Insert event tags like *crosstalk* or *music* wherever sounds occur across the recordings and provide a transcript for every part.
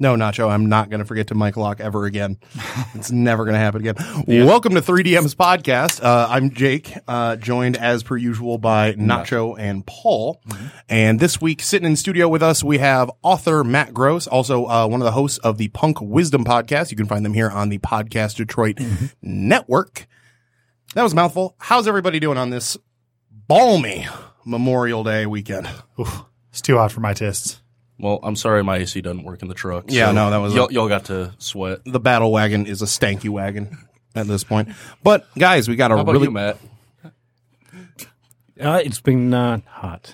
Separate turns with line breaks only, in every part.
No, Nacho, I'm not going to forget to mic lock ever again. It's never going to happen again. Welcome to 3DM's podcast. Uh, I'm Jake, uh, joined as per usual by Nacho and Paul. And this week, sitting in studio with us, we have author Matt Gross, also uh, one of the hosts of the Punk Wisdom podcast. You can find them here on the Podcast Detroit network. That was a mouthful. How's everybody doing on this balmy Memorial Day weekend?
It's too hot for my tastes.
Well, I'm sorry my AC doesn't work in the truck.
Yeah, no, that was a-
y'all, y'all got to sweat.
the battle wagon is a stanky wagon at this point. But guys, we got a
How about
really
you, Matt?
Uh, it's been uh, hot.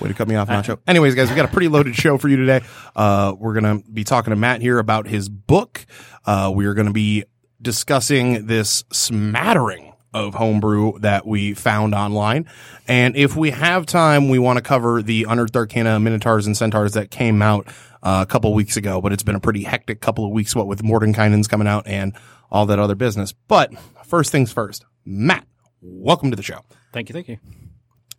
way to cut me off, Nacho. Anyways, guys, we got a pretty loaded show for you today. Uh, we're gonna be talking to Matt here about his book. Uh, we are gonna be discussing this smattering of homebrew that we found online, and if we have time, we want to cover the Unearthed Arcana Minotaurs and Centaurs that came out uh, a couple weeks ago. But it's been a pretty hectic couple of weeks, what with Mordenkainen's coming out and all that other business. But first things first, Matt, welcome to the show.
Thank you, thank you.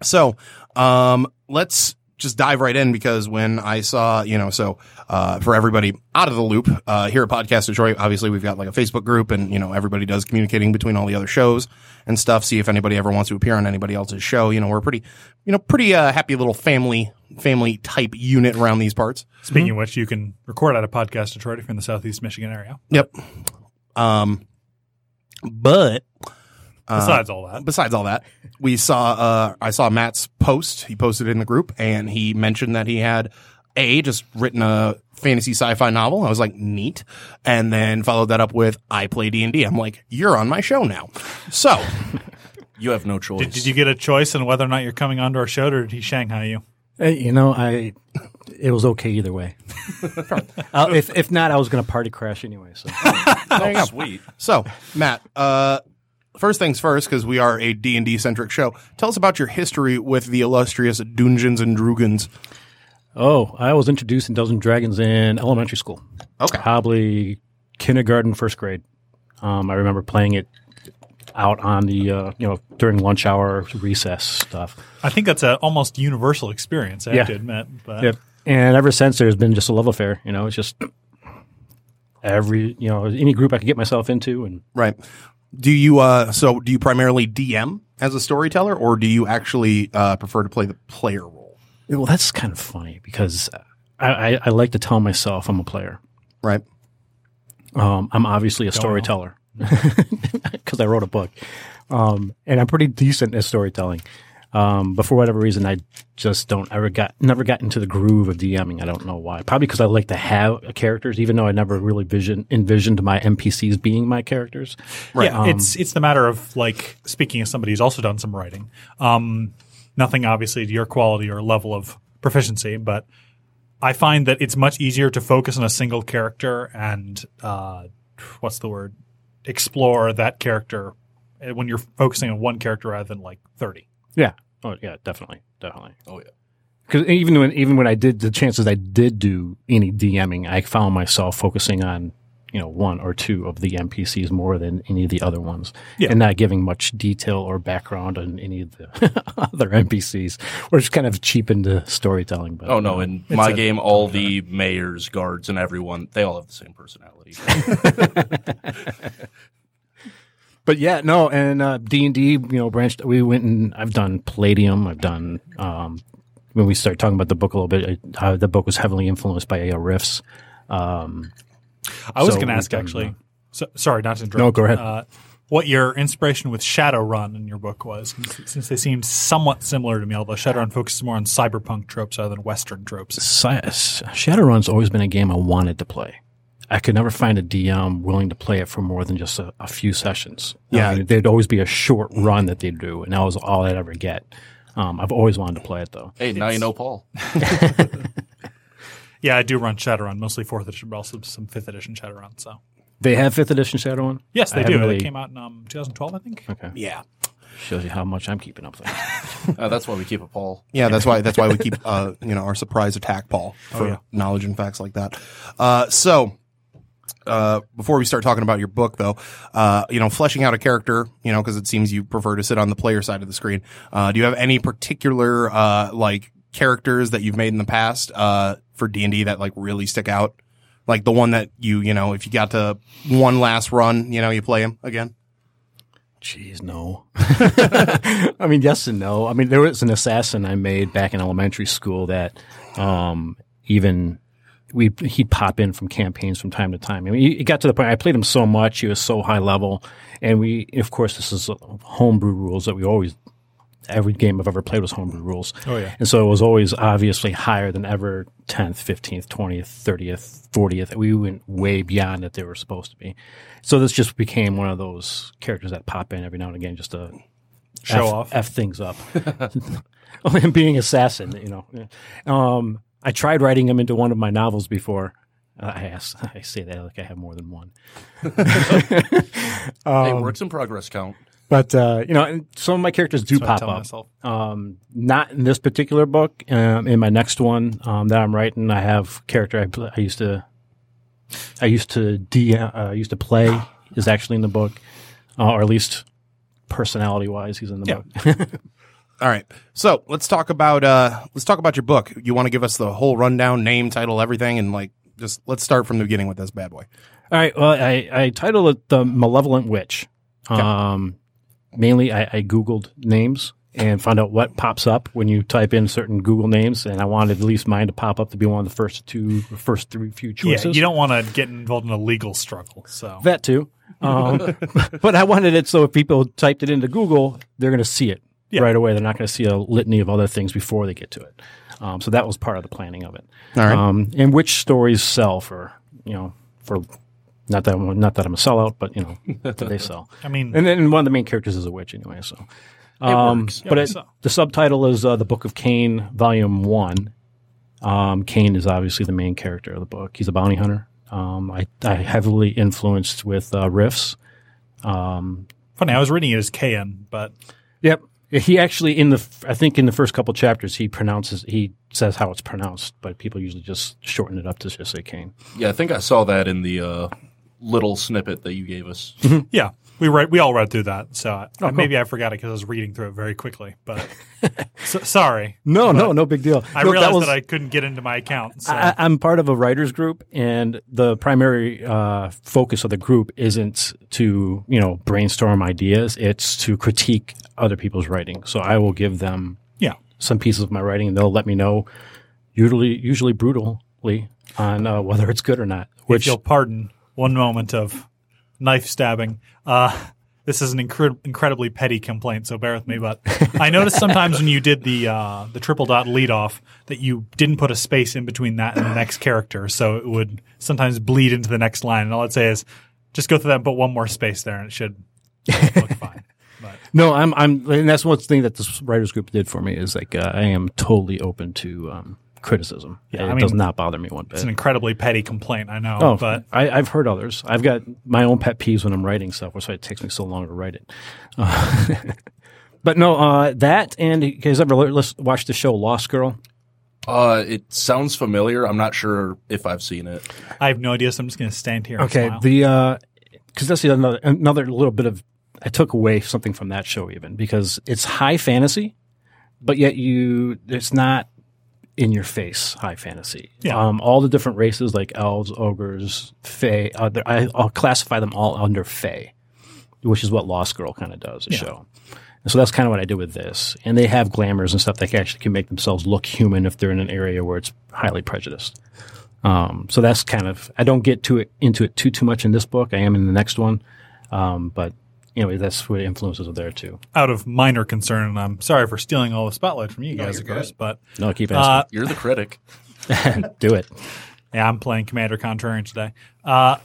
So, um, let's just dive right in because when I saw, you know, so, uh, for everybody out of the loop, uh, here at Podcast Detroit, obviously we've got like a Facebook group and, you know, everybody does communicating between all the other shows and stuff. See if anybody ever wants to appear on anybody else's show. You know, we're pretty, you know, pretty, uh, happy little family, family type unit around these parts.
Speaking
Mm-hmm.
of which, you can record out of Podcast Detroit if you're in the Southeast Michigan area.
Yep. Um, but
Uh,
Besides all that,
besides all that, we saw uh, I saw Matt's post. He posted in the group, and he mentioned that he had a just written a fantasy sci-fi novel. I was like, neat, and then followed that up with I play D and I'm like, you're on my show now. So
You have no choice.
did you get a choice in whether or not you're coming onto our show, or did he Shanghai you?
Uh, you know, I it was okay either *laughs* way. uh, if if not, I was going to party crash anyway. So
oh, sweet.
so Matt, uh, first things first, because we are a D and D centric show. Tell us about your history with the illustrious Dungeons and Drugans.
Oh, I was introduced in Dungeons and Dragons in elementary school.
Okay.
Probably kindergarten, first grade. Um, I remember playing it out on the, uh, you know, during lunch hour, recess stuff.
I think that's an almost universal experience. I
Yeah.
have to admit, but
Yep. And ever since, there's been just a love affair. You know, it's just every, you know, any group I could get myself into. And
Right. Do you uh so do you primarily DM as a storyteller or do you actually uh prefer to play the player role?
well, that's kind of funny because I, I, I like to tell myself I'm a player.
Right.
Um, I'm obviously a storyteller *laughs* because I wrote a book, um, and I'm pretty decent at storytelling. Um, but for whatever reason, I just don't ever got never got into the groove of DMing. I don't know why. Probably because I like to have characters, even though I never really vision envisioned my NPCs being my characters.
Yeah, it's it's the matter of like speaking as somebody who's also done some writing. Um, nothing obviously to your quality or level of proficiency, but I find that it's much easier to focus on a single character and uh, what's the word? Explore that character uh, when you're focusing on one character rather than like thirty.
Yeah. Oh yeah, definitely, definitely.
Oh, yeah.
Because even when even when I did the chances I did do any DMing, I found myself focusing on you know one or two of the NPCs more than any of the other ones,
Yeah.
and not giving much detail or background on any of the *laughs* other NPCs, which kind of cheapened the storytelling. But
Oh, no. In my game, all the mayors, guards, and everyone, they all have the same personality.
But
but yeah, no, and uh, D and D, you know, branched. We went and I've done Palladium. I've done um, when we start talking about the book a little bit. I, uh, the book was heavily influenced by uh, riffs. Um,
I was
So uh,
going to
we've
ask
done,
actually. So, sorry, not to interrupt.
No, go ahead.
Uh, what your inspiration with Shadowrun in your book was, since- since they seemed somewhat similar to me, although Shadowrun focuses more on cyberpunk tropes rather than Western tropes.
Sci- Shadowrun's always been a game I wanted to play. I could never find a DM willing to play it for more than just a, a few sessions.
Yeah.
I mean, there'd always be a short run that they'd do, and that was all I'd ever get. Um, I've always wanted to play it though.
*laughs*
Hey, now you know Paul.
Yeah, I do run Shadowrun, mostly fourth edition, but also some fifth edition Shadowrun. So
They have fifth edition Shadowrun.
yes,
I
they do.
haven't
They
really-
came out in um, 2012, I think.
Okay,
Yeah.
shows you how much I'm keeping up there.
Uh, that's why we keep it Paul.
Yeah, that's why that's why we keep uh, you know our surprise attack Paul for knowledge and facts like that. Uh, so uh, before we start talking about your book, though, uh, you know, fleshing out a character, you know, because it seems you prefer to sit on the player side of the screen. Uh, do you have any particular uh, like characters that you've made in the past uh, for D and D that like really stick out? Like the one that you you know, if you got to one last run, you know, you play him again.
*laughs*
Jeez, no. I mean, yes and no. I mean, there was an assassin I made back in elementary school that um, even we he'd pop in from campaigns from time to time. I mean, it got to the point I played him so much; he was so high level, and we, of course, this is uh, homebrew rules that we always. Every game I've ever played was homebrew rules.
Oh, yeah.
And so it was always obviously higher than ever 10th, 15th, 20th, 30th, 40th. We went way beyond that they were supposed to be. So this just became one of those characters that pop in every now and again just to
Show
F-
off.
F things up. *laughs* and being assassin, you know. Um, I tried writing him into one of my novels before. Uh, I, asked, *laughs* I say that like I have more than one.
hey,
Um,
works in progress count.
But, uh, you know, and some of my characters do
That's what I
pop
tell
up.
myself.
um, not in this particular book. Um, in my next one um, that I'm writing, I have character I, pl- I used to, I used to D, uh, I used
*gasps*
to play is actually in the book, uh, or at least personality wise, he's in the
Yeah.
book. *laughs*
All right. So let's talk about uh let's talk about your book. You want to give us the whole rundown, name, title, everything, and like just let's start from the beginning with this bad boy.
All right. Well, I, I titled it The Malevolent Witch. Um, mainly, I, I Googled names and found out what pops up when you type in certain Google names. And I wanted at least mine to pop up to be one of the first two, first three few choices.
Yeah, you don't want to get involved in a legal struggle. So
That too. Um, *laughs* but I wanted it so if people typed it into Google, they're going to see it
Yeah.
right away. They're not going to see a litany of other things before they get to it. Um, so that was part of the planning of it.
All right.
Um, and which stories sell for you know for not that I'm, not that I'm a sellout, but you know that they sell.
I mean,
Mm-hmm. And then one of the main characters is a witch anyway. So, um, but
Yeah,
it,
so.
the subtitle is uh, the Book of Cain, Volume One. Um, Cain is obviously the main character of the book. He's a bounty hunter. Um, I, I heavily influenced with uh, riffs.
funny, I was reading it as KN, but
Yep. He actually in the f- I think in the first couple chapters he pronounces he says how it's pronounced, but people usually just shorten it up to just say Cain.
Yeah, I think I saw that in the uh, little snippet that you gave us.
yeah, we read, we all read through that. So
Oh,
I- maybe I forgot it because I was reading through it very quickly. But *laughs* so, sorry,
No, no, no big deal.
I realized that, I couldn't get into my account. So.
I, I'm part of a writers group, and the primary uh, focus of the group isn't to you know brainstorm ideas; it's to critique other people's writing. So I will give them
yeah,
some pieces of my writing, and they'll let me know, usually usually brutally, on uh, whether it's good or not.
if
Which
you'll pardon one moment of knife stabbing. Uh, this is an incre- incredibly petty complaint, so bear with me. But I noticed sometimes when you did the uh, the triple dot lead off that you didn't put a space in between that and the next character, so it would sometimes bleed into the next line. And all I'd say is just go through that and put one more space there, and it should look
*laughs*
fine. But
no, I'm I'm, and that's one thing that this writers group did for me is like uh, I am totally open to um, criticism.
Yeah,
it
I mean,
does not bother me one bit.
it's an incredibly petty complaint, I know.
Oh,
but
I, I've heard others. I've got my own pet peeves when I'm writing stuff, which is why it takes me so long to write it. Uh, *laughs* but no, uh, that and you guys ever l- lis- watched the show Lost Girl?
Uh, it sounds familiar. I'm not sure if I've seen it.
I have no idea, so I'm just going to stand here. and
Okay,
smile.
the because that's the another another little bit of I took away something from that show even because it's high fantasy, but yet you it's not in your face high fantasy.
Yeah.
Um, all the different races like elves, ogres, fae. Uh, they're- I, I'll classify them all under fae. which is what Lost Girl kind of does, a show. And so that's kind of what I did with this. And they have glamours and stuff that actually can make themselves look human if they're in an area where it's highly prejudiced. Um, so that's kind of I don't get to it into it too too much in this book. I am in the next one, um, but anyway, that's where the influences are there too.
Out of minor concern, and I'm sorry for stealing all the spotlight from you guys, of course, but
No, keep
uh,
asking.
You're the critic.
*laughs*
Do it.
yeah, I'm playing Commander Contrarian today. Uh,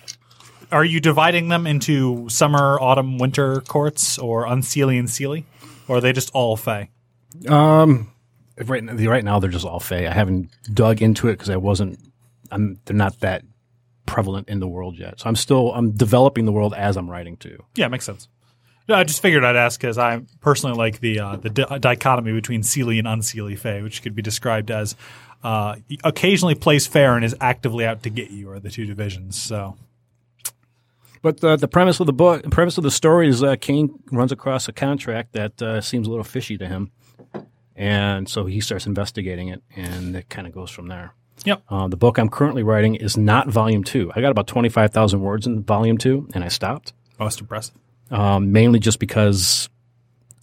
are you dividing them into summer, autumn, winter courts, or unseelie and seelie, or are they just all fey?
right now, right now they're just all fey. I haven't dug into it because I wasn't. I'm they're not that prevalent in the world yet. So I'm still I'm developing the world as I'm writing too.
Yeah, makes sense. No, I just figured I'd ask because I personally like the uh, the di- dichotomy between Sealy and unseelie Fey, which could be described as uh, occasionally plays fair and is actively out to get you, are the two divisions. So
But uh, the the premise of the book, the premise of the story is uh, King runs across a contract that uh, seems a little fishy to him, and so he starts investigating it, and it kind of goes from there.
Yep.
Uh, the book I'm currently writing is not volume two. I got about twenty five thousand words in volume two, and I stopped.
most impressive.
um, mainly just because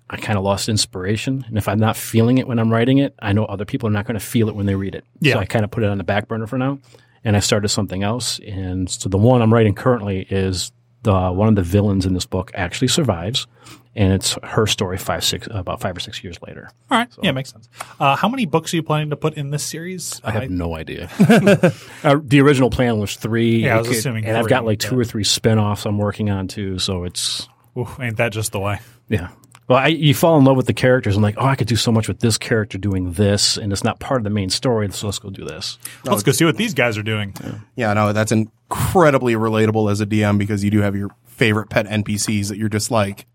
I kind of lost inspiration. And if I'm not feeling it when I'm writing it, I know other people are not going to feel it when they read it.
Yeah.
So I kind of put it on the back burner for now. And I started something else. And so the one I'm writing currently is the one of the villains in this book actually survives. And it's her story five, six, about five or six years later.
All right, yeah, makes sense. Uh, how many books are you planning to put in this series?
I have
*laughs*
no idea. uh, the original plan was three.
Yeah, I was
Okay.
assuming
And I've
three,
got like two
but-
or three spin offs I'm working on too. So it's,
Ooh, ain't that just the way?
Yeah. Well, I, you fall in love with the characters and like, oh, I could do so much with this character doing this, and it's not part of the main story, so let's go do this.
Let's go see what these guys are doing.
Yeah, no, that's incredibly relatable as a DM because you do have your favorite pet NPCs that you're just like,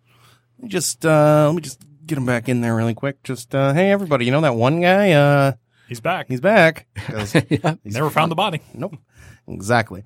"Let me just uh, let me just get them back in there really quick. Just uh, hey, everybody, you know that one guy? Uh,
He's back.
he's back. *laughs* 'Cause-
Never found the body.
Nope. Exactly.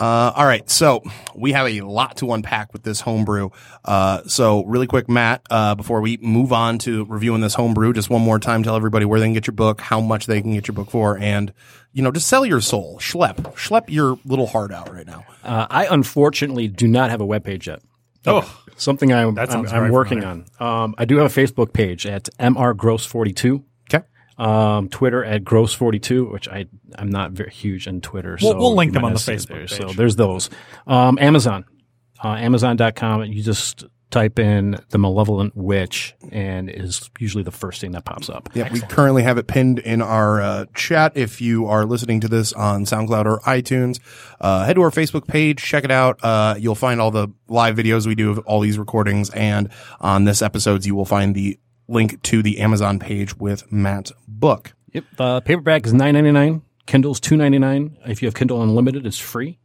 Uh, all right. So we have a lot to unpack with this homebrew. Uh, so really quick, Matt, uh, before we move on to reviewing this homebrew, just one more time, tell everybody where they can get your book, how much they can get your book for, and, you know, just sell your soul. Schlep. Schlep your little heart out right now.
Uh, I unfortunately do not have a webpage yet.
Oh,
Something I'm,
That
I'm,
sounds
I'm
very
working on. Um, I do have a Facebook page at mrgross42,
Okay.
um, Twitter at gross42, which I I'm not very huge in Twitter.
We'll-
so
we'll link
you
them
might
on the
not see it
Facebook
there.
page.
So there's those. Um, Amazon, uh, Amazon.com. You just type in the malevolent witch, and is usually the first thing that pops up.
Yeah, we currently have it pinned in our uh, chat. If you are listening to this on SoundCloud or iTunes, uh, head to our Facebook page, check it out. Uh, you'll find all the live videos we do of all these recordings, and on this episodes, you will find the link to the Amazon page with Matt's book.
Yep. Uh, paperback is nine ninety nine. Kindle's two ninety nine. If you have Kindle Unlimited, it's free.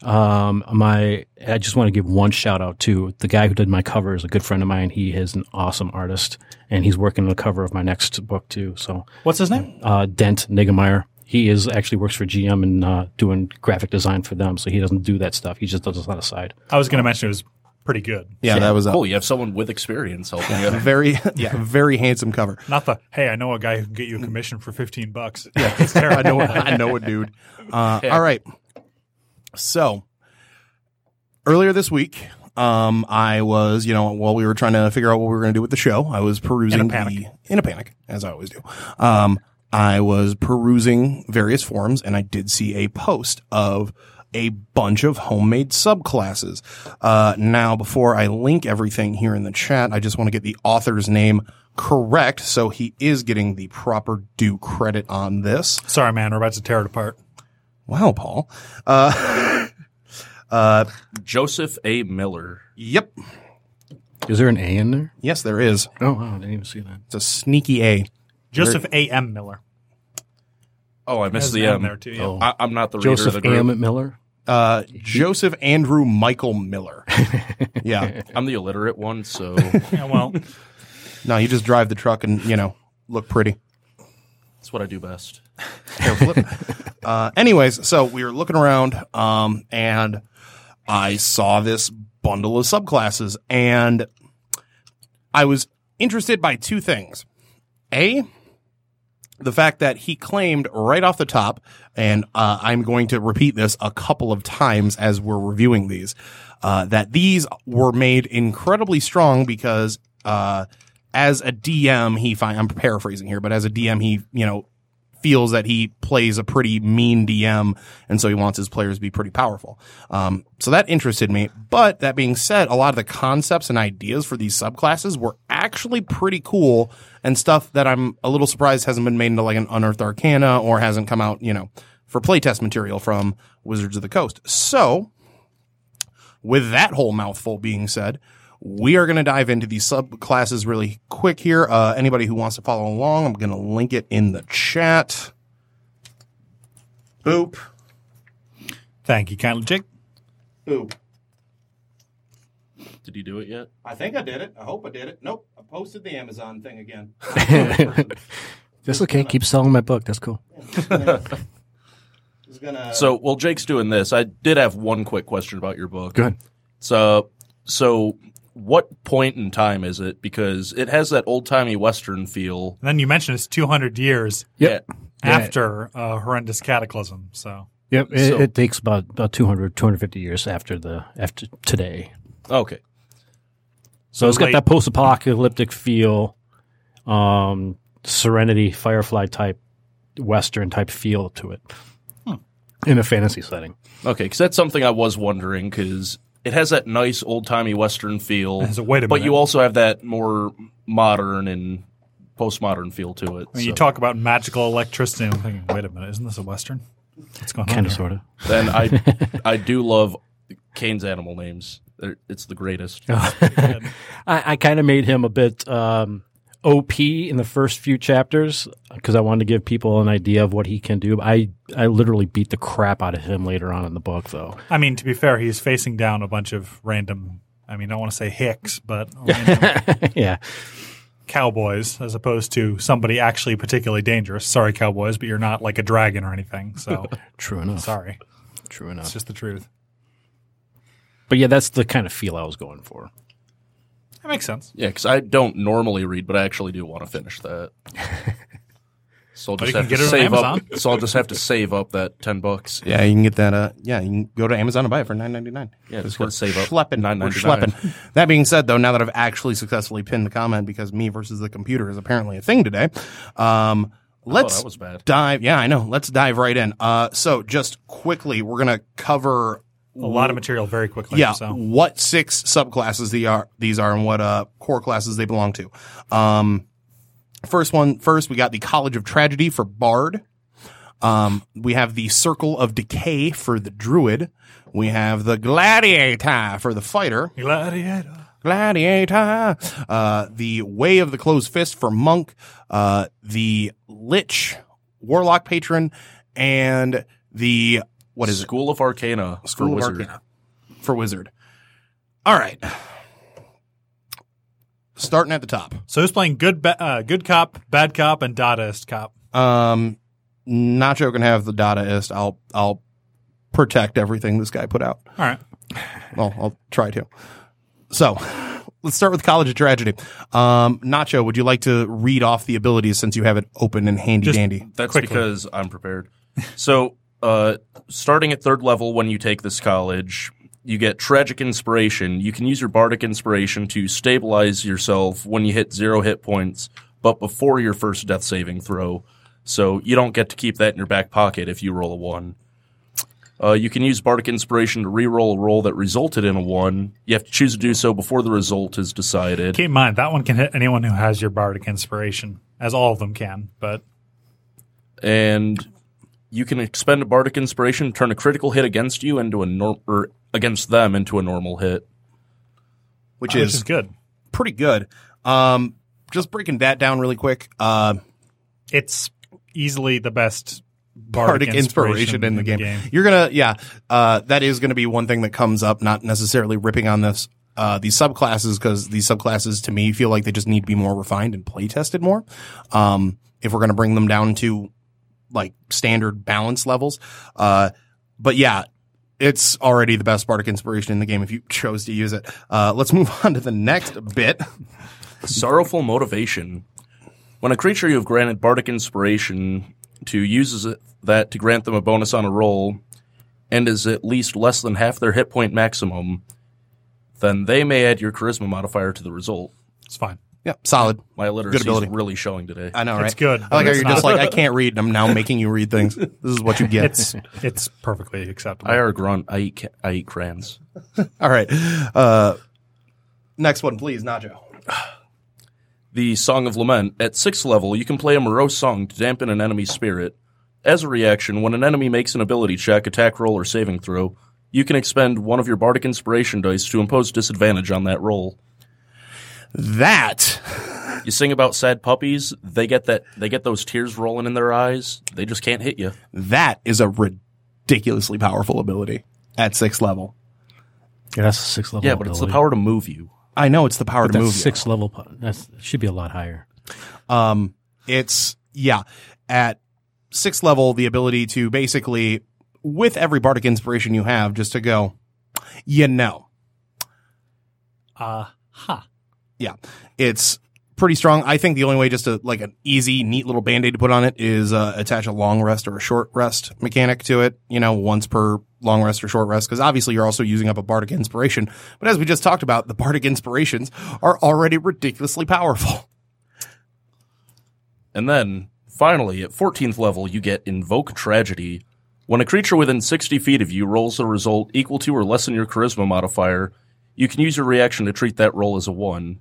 Um, my I just want to give one shout out to the guy who did my cover is a good friend of mine. He is an awesome artist, and he's working on the cover of my next book too. So
what's his name?
uh, Dent Niggemeyer. He is actually works for GM and uh, doing graphic design for them. So he doesn't do that stuff. He just does it on the side.
I was going to mention it was pretty good.
Yeah, that was a
Cool. You have someone with experience helping
*laughs*
you.
very, yeah, very handsome cover.
Not the hey, I know a guy who can get you a commission for fifteen bucks. Yeah, it's
I
terrible.
know, I know a dude. Uh, all right. So earlier this week, um, I was, you know, while we were trying to figure out what we were going to do with the show, I was perusing
In a panic.
The, in a panic, as I always do. Um, I was perusing various forums, and I did see a post of a bunch of homemade subclasses. Uh, now, before I link everything here in the chat, I just want to get the author's name correct, so he is getting the proper due credit on this.
*laughs* Sorry, man, we're about to tear it apart.
Wow, Paul. Uh,
Joseph A. Miller.
*laughs* Yep.
Is there an A in there?
Yes, there is.
Oh wow, I didn't even see that.
It's a sneaky A.
Joseph A. M. Miller.
Oh, I
There's
missed the
an
M.
M there too. Yeah.
Oh.
I, I'm not the
Joseph
reader of the group.
A.M. *laughs* Miller.
Uh, Joseph Andrew Michael Miller. yeah.
I'm the illiterate
*laughs*
one, so
Yeah, well,
No, you just drive the truck and, you know, look pretty.
that's what I do best.
Hair flip. uh, anyways, so we were looking around um, and I saw this bundle of subclasses and I was interested by two things. A, the fact that he claimed right off the top, and uh, I'm going to repeat this a couple of times as we're reviewing these, uh, that these were made incredibly strong because uh, as a DM, he find I'm paraphrasing here, but as a DM, he you know feels that he plays a pretty mean DM, and so he wants his players to be pretty powerful. Um, so that interested me. But that being said, a lot of the concepts and ideas for these subclasses were actually pretty cool and stuff that I'm a little surprised hasn't been made into like an Unearthed Arcana or hasn't come out, you know, for playtest material from Wizards of the Coast. So with that whole mouthful being said, we are going to dive into these subclasses really quick here. Uh, anybody who wants to follow along, I'm going to link it in the chat. Boop.
Thank you, kindly Jake.
Boop.
Did you do it yet?
I think I did it. I hope I did it. Nope. I posted the Amazon thing again.
That's okay. Keep selling my book. That's cool.
Just gonna
So while Jake's doing this, I did have one quick question about your book.
Good.
So, so what point in time is it? Because it has that old timey Western feel.
And then you mentioned it's 200 years
Yep.
Yeah.
after a horrendous cataclysm. So
Yep. It,
So-
it takes about, about 200, 250 years after the after today.
Okay.
So it's got
late-
that post-apocalyptic feel, um, Serenity, Firefly type, Western type feel to it, Hmm. in a fantasy setting.
Okay, because that's something I was wondering because it has that nice old timey Western feel.
has a- wait a
but
minute.
you also have that more modern and postmodern feel to it.
when you
so
talk about magical electricity, I'm thinking, wait a minute, isn't this a Western? What's going
Kind
on?
of,
here?
sort of.
then I I do love Kane's animal names. They're, it's the greatest.
I, I kind of made him a bit um, OP in the first few chapters because I wanted to give people an idea of what he can do. I I literally beat the crap out of him later on in the book, though. *laughs*
I mean, to be fair, he's facing down a bunch of random. I mean, I don't want to say hicks, but random
yeah,
cowboys as opposed to somebody actually particularly dangerous. Sorry, cowboys, but you're not like a dragon or anything. So
true enough.
sorry,
True
it's
enough.
just the truth.
But yeah, that's the kind of feel I was going for.
That makes sense.
Yeah, because I don't normally read, but I actually do want to finish that. So I'll
But
just
you
have
can get
to
it on
save up.
Amazon.
So I'll just have to save up that ten bucks.
Yeah, you can get that. Uh, yeah, you can go to Amazon and buy it for nine ninety nine.
Yeah, just gotta save up
schlepping. We're
$9.99.
schlepping. That being said, though, now that I've actually successfully pinned the comment because me versus the computer is apparently a thing today. Um, let's
Oh, that was bad.
dive. Yeah, I know. Let's dive right in. Uh, so just quickly, we're gonna cover
A lot of material very quickly.
yeah
So
what six subclasses they are these are and what uh core classes they belong to. Um, first one first we got the College of Tragedy for Bard. Um, we have the Circle of Decay for the Druid. We have the Gladiator for the Fighter.
gladiator.
Gladiator. Uh, the Way of the Closed Fist for Monk. Uh, the Lich, Warlock Patron, and the what is it?
School of Arcana
School
for
of
Wizard.
Arcana. For Wizard. All right. Starting at the top.
So who's playing good, ba- uh, good cop, bad cop, and Dadaist cop?
Um, Nacho can have the Dadaist. I'll I'll protect everything this guy put out.
All right.
Well, I'll try to. So let's start with College of Tragedy. Um, Nacho, would you like to read off the abilities since you have it open and handy
Just-
dandy?
That's
Quickly.
because I'm prepared. So, uh, starting at third level, when you take this college, you get tragic inspiration. You can use your bardic inspiration to stabilize yourself when you hit zero hit points, but before your first death saving throw. So you don't get to keep that in your back pocket if you roll a one. Uh, you can use bardic inspiration to re-roll a roll that resulted in a one. You have to choose to do so before the result is decided.
Keep in mind that one can hit anyone who has your bardic inspiration, as all of them can. But
and you can expend a bardic inspiration, turn a critical hit against you into a norm or against them into a normal hit.
Which
which
is
is good.
pretty good. Um, just breaking that down really quick. Uh,
It's easily the best
bardic inspiration in the game. You're gonna, yeah, uh, that is gonna be one thing that comes up. Not necessarily ripping on this uh, these subclasses because these subclasses to me feel like they just need to be more refined and play tested more. Um, if we're gonna bring them down to like standard balance levels, uh, but yeah. It's already the best bardic inspiration in the game if you *laughs* chose to use it. Uh, let's move on to the next bit. *laughs*
Sorrowful motivation. When a creature you have granted bardic inspiration to uses it, that to grant them a bonus on a roll, and is at least less than half their hit point maximum, then they may add your charisma modifier to the result.
It's fine.
Yeah, solid.
My literacy is
ability.
really showing today.
I know, right?
It's
I
good,
like
but
how
it's
you're
not.
just like I
*laughs*
can't read. and I'm now making you read things. This is what you get.
It's *laughs* it's perfectly acceptable.
I are a grunt. I eat. Ca- I eat crayons.
*laughs* All right. Uh, next one, please, Nacho.
the Song of Lament. At sixth level, you can play a morose song to dampen an enemy's spirit. As a reaction, when an enemy makes an ability check, attack roll, or saving throw, you can expend one of your bardic inspiration dice to impose disadvantage on that roll.
That
You sing about sad puppies; they get that they get those tears rolling in their eyes. They just can't hit you.
that is a ridiculously powerful ability at sixth level.
Yeah, that's a six level.
Yeah, but it's the
ability.
power to move you.
I know it's the power to
That's
move. you.
six level. po- That's should be a lot higher.
Um, it's yeah, at sixth level, the ability to basically, with every bardic inspiration you have, just to go, you know,
Uh, huh.
yeah, it's pretty strong. I think the only way, just to like an easy, neat little band aid to put on it, is uh, attach a long rest or a short rest mechanic to it. You know, once per long rest or short rest, because obviously you're also using up a bardic inspiration. But as we just talked about, the bardic inspirations are already ridiculously powerful. *laughs*
And then, finally, at 14th level, you get Invoke Tragedy. When a creature within 60 feet of you rolls a result equal to or less than your charisma modifier, you can use your reaction to treat that roll as a 1.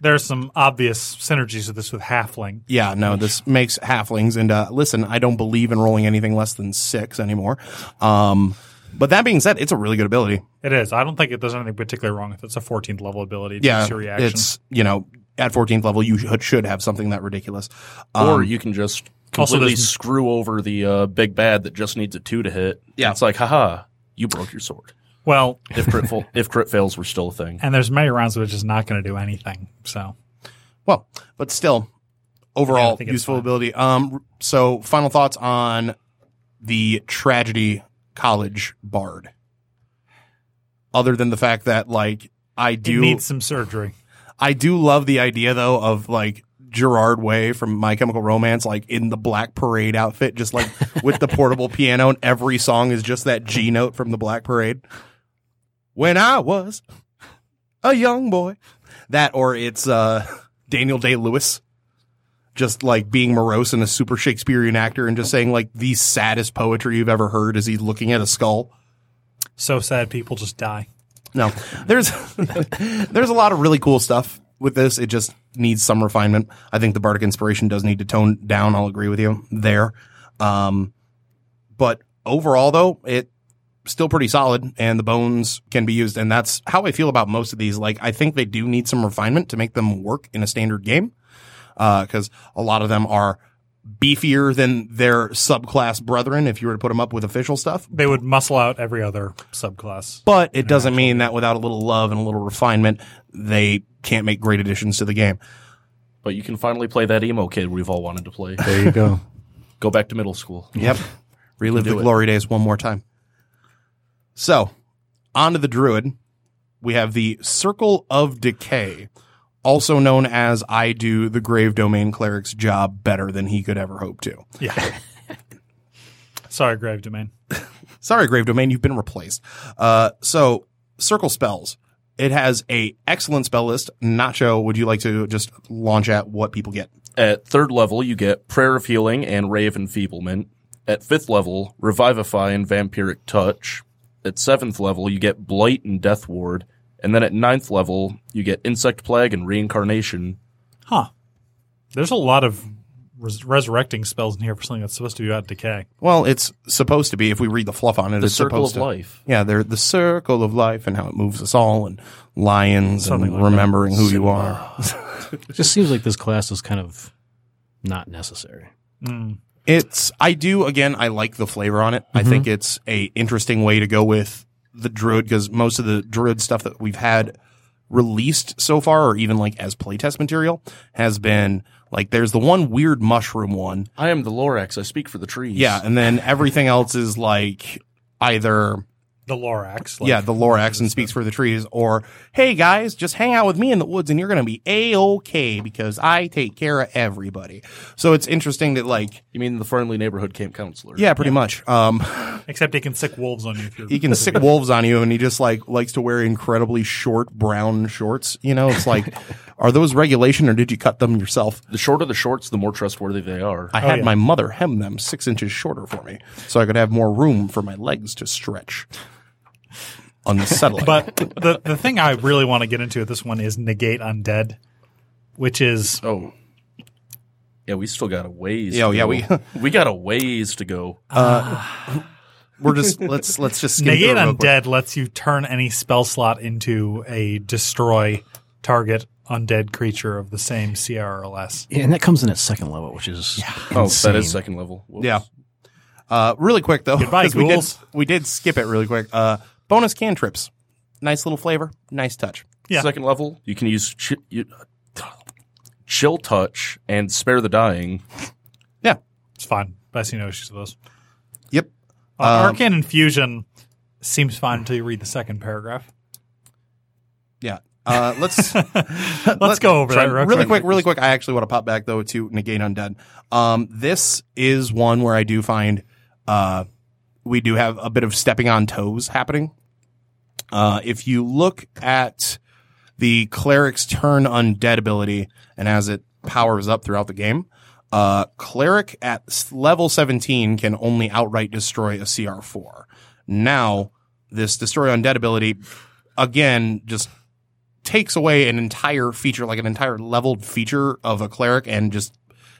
There's some obvious synergies of this with halfling.
Yeah, no, this makes halflings. And uh, listen, I don't believe in rolling anything less than six anymore. Um, but that being said, it's a really good ability.
It is. I don't think it does anything particularly wrong if it's a 14th level ability. to
Yeah,
use your reaction.
it's you know at 14th level you should- should have something that ridiculous. Um,
or you can just
Also
completely
doesn't-
screw over the uh, big bad that just needs a 2 to hit.
Yeah.
It's like, haha, you broke your sword.
well,
If crit, fa- if crit fails were still a thing.
and there's many rounds which is not going to do anything. So
well, but still
Yeah, I
overall
think it's
useful
fine.
ability. Um, so final thoughts on the tragedy college bard. Other than the fact that like I
it
do
needs some surgery.
I do love the idea though of like Gerard Way from My Chemical Romance, like in the Black Parade outfit, just like with the portable piano, and every song is just that G note from the Black Parade. When I was a young boy, that or it's uh, Daniel Day Lewis, just like being morose and a super Shakespearean actor, and just saying like the saddest poetry you've ever heard as he's looking at a skull.
So sad people just die.
No, there's *laughs* there's a lot of really cool stuff with this. It just needs some refinement. I think the bardic inspiration does need to tone down. I'll agree with you there. Um, but overall, though, it still pretty solid, and the bones can be used, and that's how I feel about most of these. Like, I think they do need some refinement to make them work in a standard game, because a lot of them are beefier than their subclass brethren. If you were to put them up with official stuff,
They would muscle out every other subclass.
but it doesn't mean that without a little love and a little refinement, they can't make great additions to the game.
But you can finally play that emo kid we've all wanted to play.
There you *laughs* go.
Go back to middle school.
Yep. *laughs* Relive the glory days one more time. So, on to the druid. We have the Circle of Decay, also known as I do the Grave Domain Cleric's job better than he could ever hope to.
Yeah. Sorry, Grave Domain.
Sorry, Grave Domain, you've been replaced. Uh, so, Circle Spells. It has a excellent spell list. Nacho, would you like to just launch at what people get?
At third level, you get Prayer of Healing and Ray of Enfeeblement. At fifth level, Revivify and Vampiric Touch. At seventh level, you get Blight and Death Ward. And then at ninth level, you get Insect Plague and Reincarnation.
Huh. There's a lot of res- resurrecting spells in here for something that's supposed to be about decay.
Well, it's supposed to be if we read the fluff on it.
The
it's
Circle of
supposed to,
Life.
Yeah, they're the circle of life and how it moves us all, and lions and remembering who you are.
It just seems like this class is kind of not necessary.
Hmm.
It's I do again. I like the flavor on it. I
Mm-hmm.
think it's a interesting way to go with the druid because most of the druid stuff that we've had released so far, or even like as playtest material, has been like there's the one weird mushroom one
I am the Lorax. I speak for the trees.
Yeah, and then everything else is like either
the Lorax.
yeah, the Lorax and speaks for the trees, or hey guys, just hang out with me in the woods and you're gonna be a okay because I take care of everybody. So it's interesting that like
You mean the friendly neighborhood camp counselor?
yeah, pretty much. Um,
except he can sick wolves on you. If you're
he can *laughs* sick wolves on you, and he just like likes to wear incredibly short brown shorts. You know, it's like, are those regulation or did you cut them yourself?
The shorter the shorts, the more trustworthy they are.
I had my mother hem them six inches shorter for me so I could have more room for my legs to stretch. Unsettling.
But the the thing I really want to get into at this one is negate undead, which is
oh. Yeah, we still got a ways.
Yeah, oh,
to
yeah,
go.
we- *laughs*
*laughs* we got a ways to go.
we're just let's let's *laughs* just skim
negate
through it real quick.
undead lets you turn any spell slot into a destroy target undead creature of the same CR or less.
Yeah, and that comes in at second level, which is
oh,
insane.
that is second level. Whoops.
Yeah. Uh, really quick though, *laughs*
Goodbye,
'cause we did
ghouls.
we did skip it really quick. Uh, bonus cantrips, nice little flavor, nice touch.
Yeah.
Second level, you can use chi- you, chill touch and spare the dying.
Yeah.
It's fine. But I see no issues with those.
Yep.
Uh,
Um,
Arcane infusion seems fine until you read the second paragraph.
Yeah. Uh,
*laughs*
let's
Let's go over that real
really
quick.
quick, really quick. I actually want to pop back though to negate undead. Um, this is one where I do find uh, we do have a bit of stepping on toes happening. Uh, if you look at the cleric's turn undead ability and as it powers up throughout the game, uh, cleric at s- level 17 can only outright destroy a CR4. Now, this destroy undead ability again just takes away an entire feature, like an entire leveled feature of a cleric and just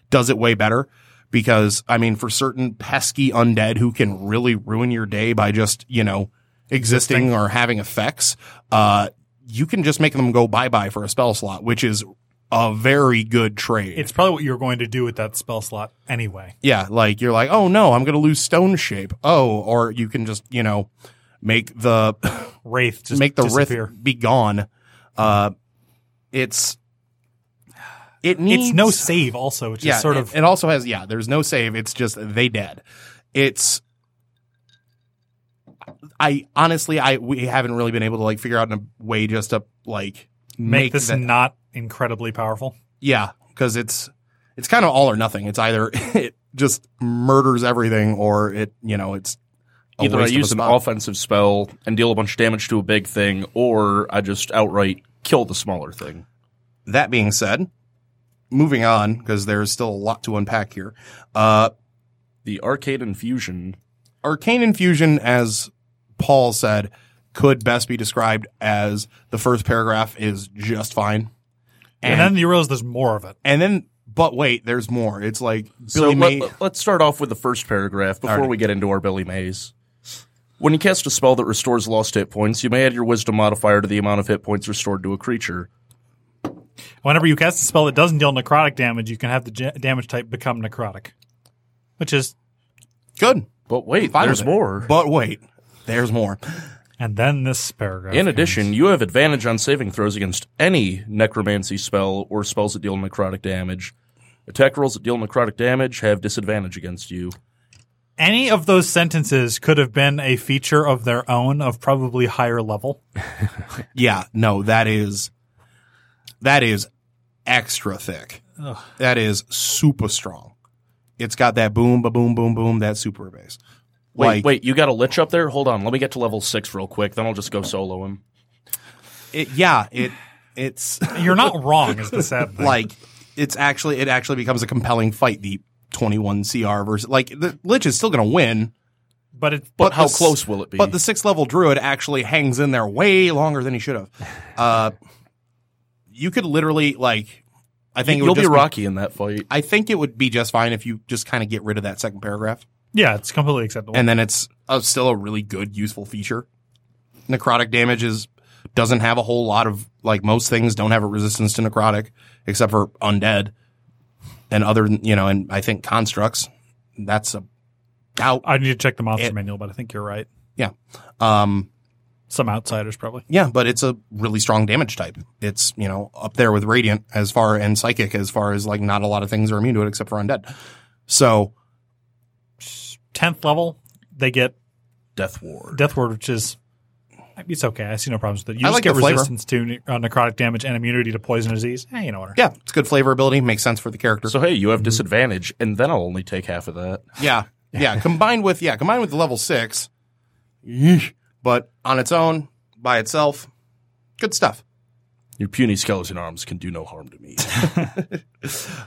does it way better. Because, I mean, for certain pesky undead who can really ruin your day by just, you know, existing or having effects, uh, you can just make them go bye bye for a spell slot, which is a very good trade.
It's probably what you're going to do with that spell slot anyway.
Yeah, like you're like, oh no, I'm gonna lose stone shape. Oh, or you can just you know make the
Wraith just
make the
disappear.
rift be gone. Uh, it's it needs
It's no save. Also, it's just
yeah,
sort
it-
of
It also has yeah. There's no save. It's just they dead. It's I honestly I we haven't really been able to like figure out in a way just to like
make, this
that-
not incredibly powerful.
Yeah, because it's it's kind of all or nothing. It's either *laughs* it just murders everything, or it you know it's a
Either I
waste of a
use an
spell.
offensive spell and deal a bunch of damage to a big thing, or I just outright kill the smaller thing.
That being said, moving on because there's still a lot to unpack here. Uh,
The arcade infusion.
arcane infusion, as Paul said, could best be described as the first paragraph is just fine,
And, then you realize there's more of it.
and then but wait, there's more. It's like Billy
So
May.
let, us start off with the first paragraph before we get into our Billy Mays. When you cast a spell that restores lost hit points, you may add your wisdom modifier to the amount of hit points restored to a creature.
Whenever you cast a spell that doesn't deal necrotic damage, you can have the ja- damage type become necrotic, which is
good.
But wait,
Fine
there's
with it.
more.
But wait, there's more.
and then this paragraph.
In addition, you have advantage on saving throws against any necromancy spell or spells that deal necrotic damage. Attack rolls that deal necrotic damage have disadvantage against you.
any of those sentences could have been a feature of their own of probably higher level.
Yeah, no, that is that is extra thick. That is super strong. It's got that boom, ba boom, boom, boom, that super bass.
Wait,
Like-
wait, you got a lich up there? Hold on, let me get to level six real quick, then I'll just go solo him.
It, yeah, it it's *laughs*
You're not wrong, is the sad thing.
like it's actually it actually becomes a compelling fight. The twenty one CR versus like the Lich is still going to win,
but it,
But, how
the s-
close will it be?
But the sixth level druid actually hangs in there way longer than he should have. Uh, you could literally like, I think it would
You'll be
just
rocky in that fight.
I think it would be just fine if you just kind of get rid of that second paragraph,
yeah, it's completely acceptable.
and then it's uh, still a really good, useful feature. Necrotic damage is doesn't have a whole lot of like most things don't have a resistance to necrotic except for undead and other you know, and I think constructs. That's about
I need to check the monster
It-
manual, but I think you're right.
yeah, um,
Some outsiders probably.
yeah, but it's a really strong damage type. It's you know up there with radiant as far and psychic as far as like not a lot of things are immune to it except for undead. So
tenth level, they get
Death Ward.
Death Ward, which is it's okay. I see no problems with it. You
I
just
like
get
the flavor.
resistance to uh, necrotic damage and immunity to poison and disease. Hey, you know what?
Yeah, it's good flavor ability. Makes sense for the character.
so hey, you have disadvantage, and then I'll only take half of that.
yeah, yeah. combined with yeah, combined with the level six, yeesh, but on its own, by itself, good stuff.
Your puny skeleton arms can do no harm to me.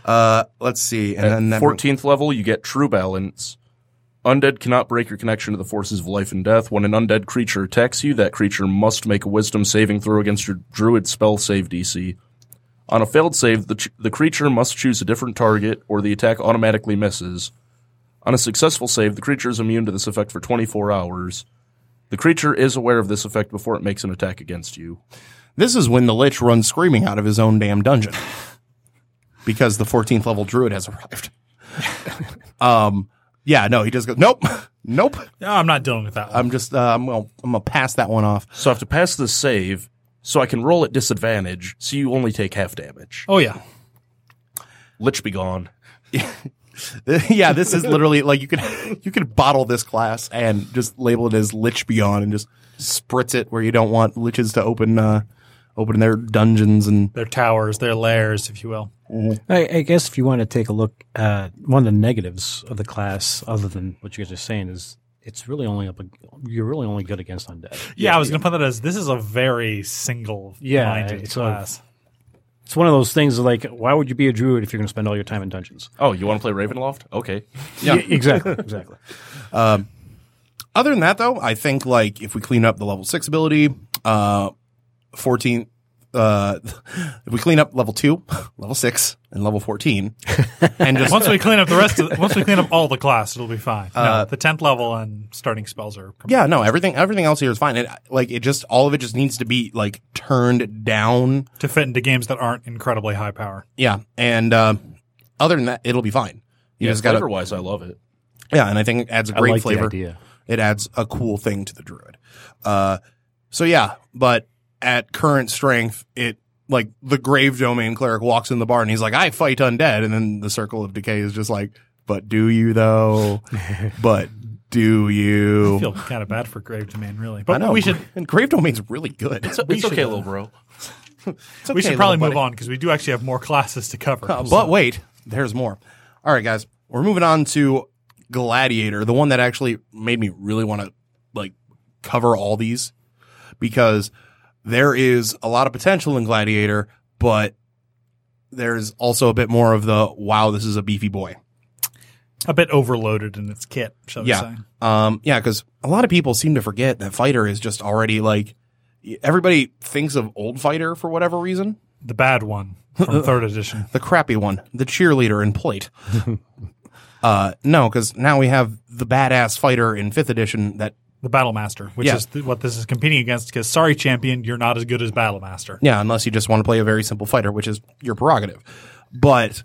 Uh, let's see, and then
At
that-
fourteenth level, you get True Balance. Undead cannot break your connection to the forces of life and death. When an undead creature attacks you, that creature must make a Wisdom saving throw against your Druid spell save DC. On a failed save, the, ch- the creature must choose a different target, or the attack automatically misses. On a successful save, the creature is immune to this effect for 24 hours. The creature is aware of this effect before it makes an attack against you.
This is when the Lich runs screaming out of his own damn dungeon because the 14th level druid has arrived. *laughs* um, yeah, no, he just goes, nope, *laughs* nope.
No, I'm not dealing with that. One.
I'm just, uh, I'm gonna, I'm gonna pass that one off.
So I have to pass this save, so I can roll at disadvantage, so you only take half damage.
oh yeah,
Lich be gone.
*laughs* yeah, this is literally like you could, you could bottle this class and just label it as Lich Beyond and just spritz it where you don't want liches to open, uh, open their dungeons and
their towers, their lairs, if you will.
I, I guess if you want to take a look at one of the negatives of the class, other than what you guys are saying, is it's really only up. ag- You're really only good against undead.
Yeah, I was going to put that as this is a very single minded
Yeah, it's
*laughs*
a-
class.
It's one of those things like, why would you be a druid if you're going to spend all your time in dungeons?
Oh, you want to play Ravenloft? Okay.
Yeah, exactly, *laughs* exactly.
other than that though i think like if we clean up the level 6 ability uh 14 uh *laughs* if we clean up level 2 *laughs* level 6 and level
*laughs*
14 and just
once we clean up the rest of, once we clean up all the class, it'll be fine.
Uh,
no, the tenth level and starting spells are complete.
yeah no everything everything else here is fine it like it just all of it just needs to be like turned down
to fit into games that aren't incredibly high power.
yeah and uh other than that it'll be fine you
yeah,
just gotta
flavor wise, I love it.
yeah and i think it adds a
I
great
like
flavor
the idea.
it adds a cool thing to the druid. Uh, so yeah, but at current strength, it like the grave domain cleric walks in the bar and he's like, "I fight undead," and then the circle of decay is just like, "But do you
*laughs*
though? but do you?"
I feel kind of bad for Grave Domain, really.
I
But
know
we should
and *laughs* grave domain's really good.
It's, it's okay, little bro.
we
okay,
should
little
probably move
buddy.
on because we do actually have more classes to cover.
Uh, but wait, there's more. All right, guys, we're moving on to Gladiator, the one that actually made me really want to like cover all these because there is a lot of potential in Gladiator, but there's also a bit more of the wow, this is a beefy boy.
a bit overloaded in its kit, shall we
Yeah.
say?
Um, yeah, because a lot of people seem to forget that Fighter is just already like everybody thinks of old Fighter for whatever reason.
The bad one
*laughs*
from third edition.
the crappy one, the cheerleader in plate. uh, no, because now we have the badass fighter in fifth edition. That
The Battle Master, which
Yeah.
is th- what this is competing against. Because sorry, champion, you're not as good as Battle Master.
yeah, unless you just want to play a very simple fighter, which is your prerogative. But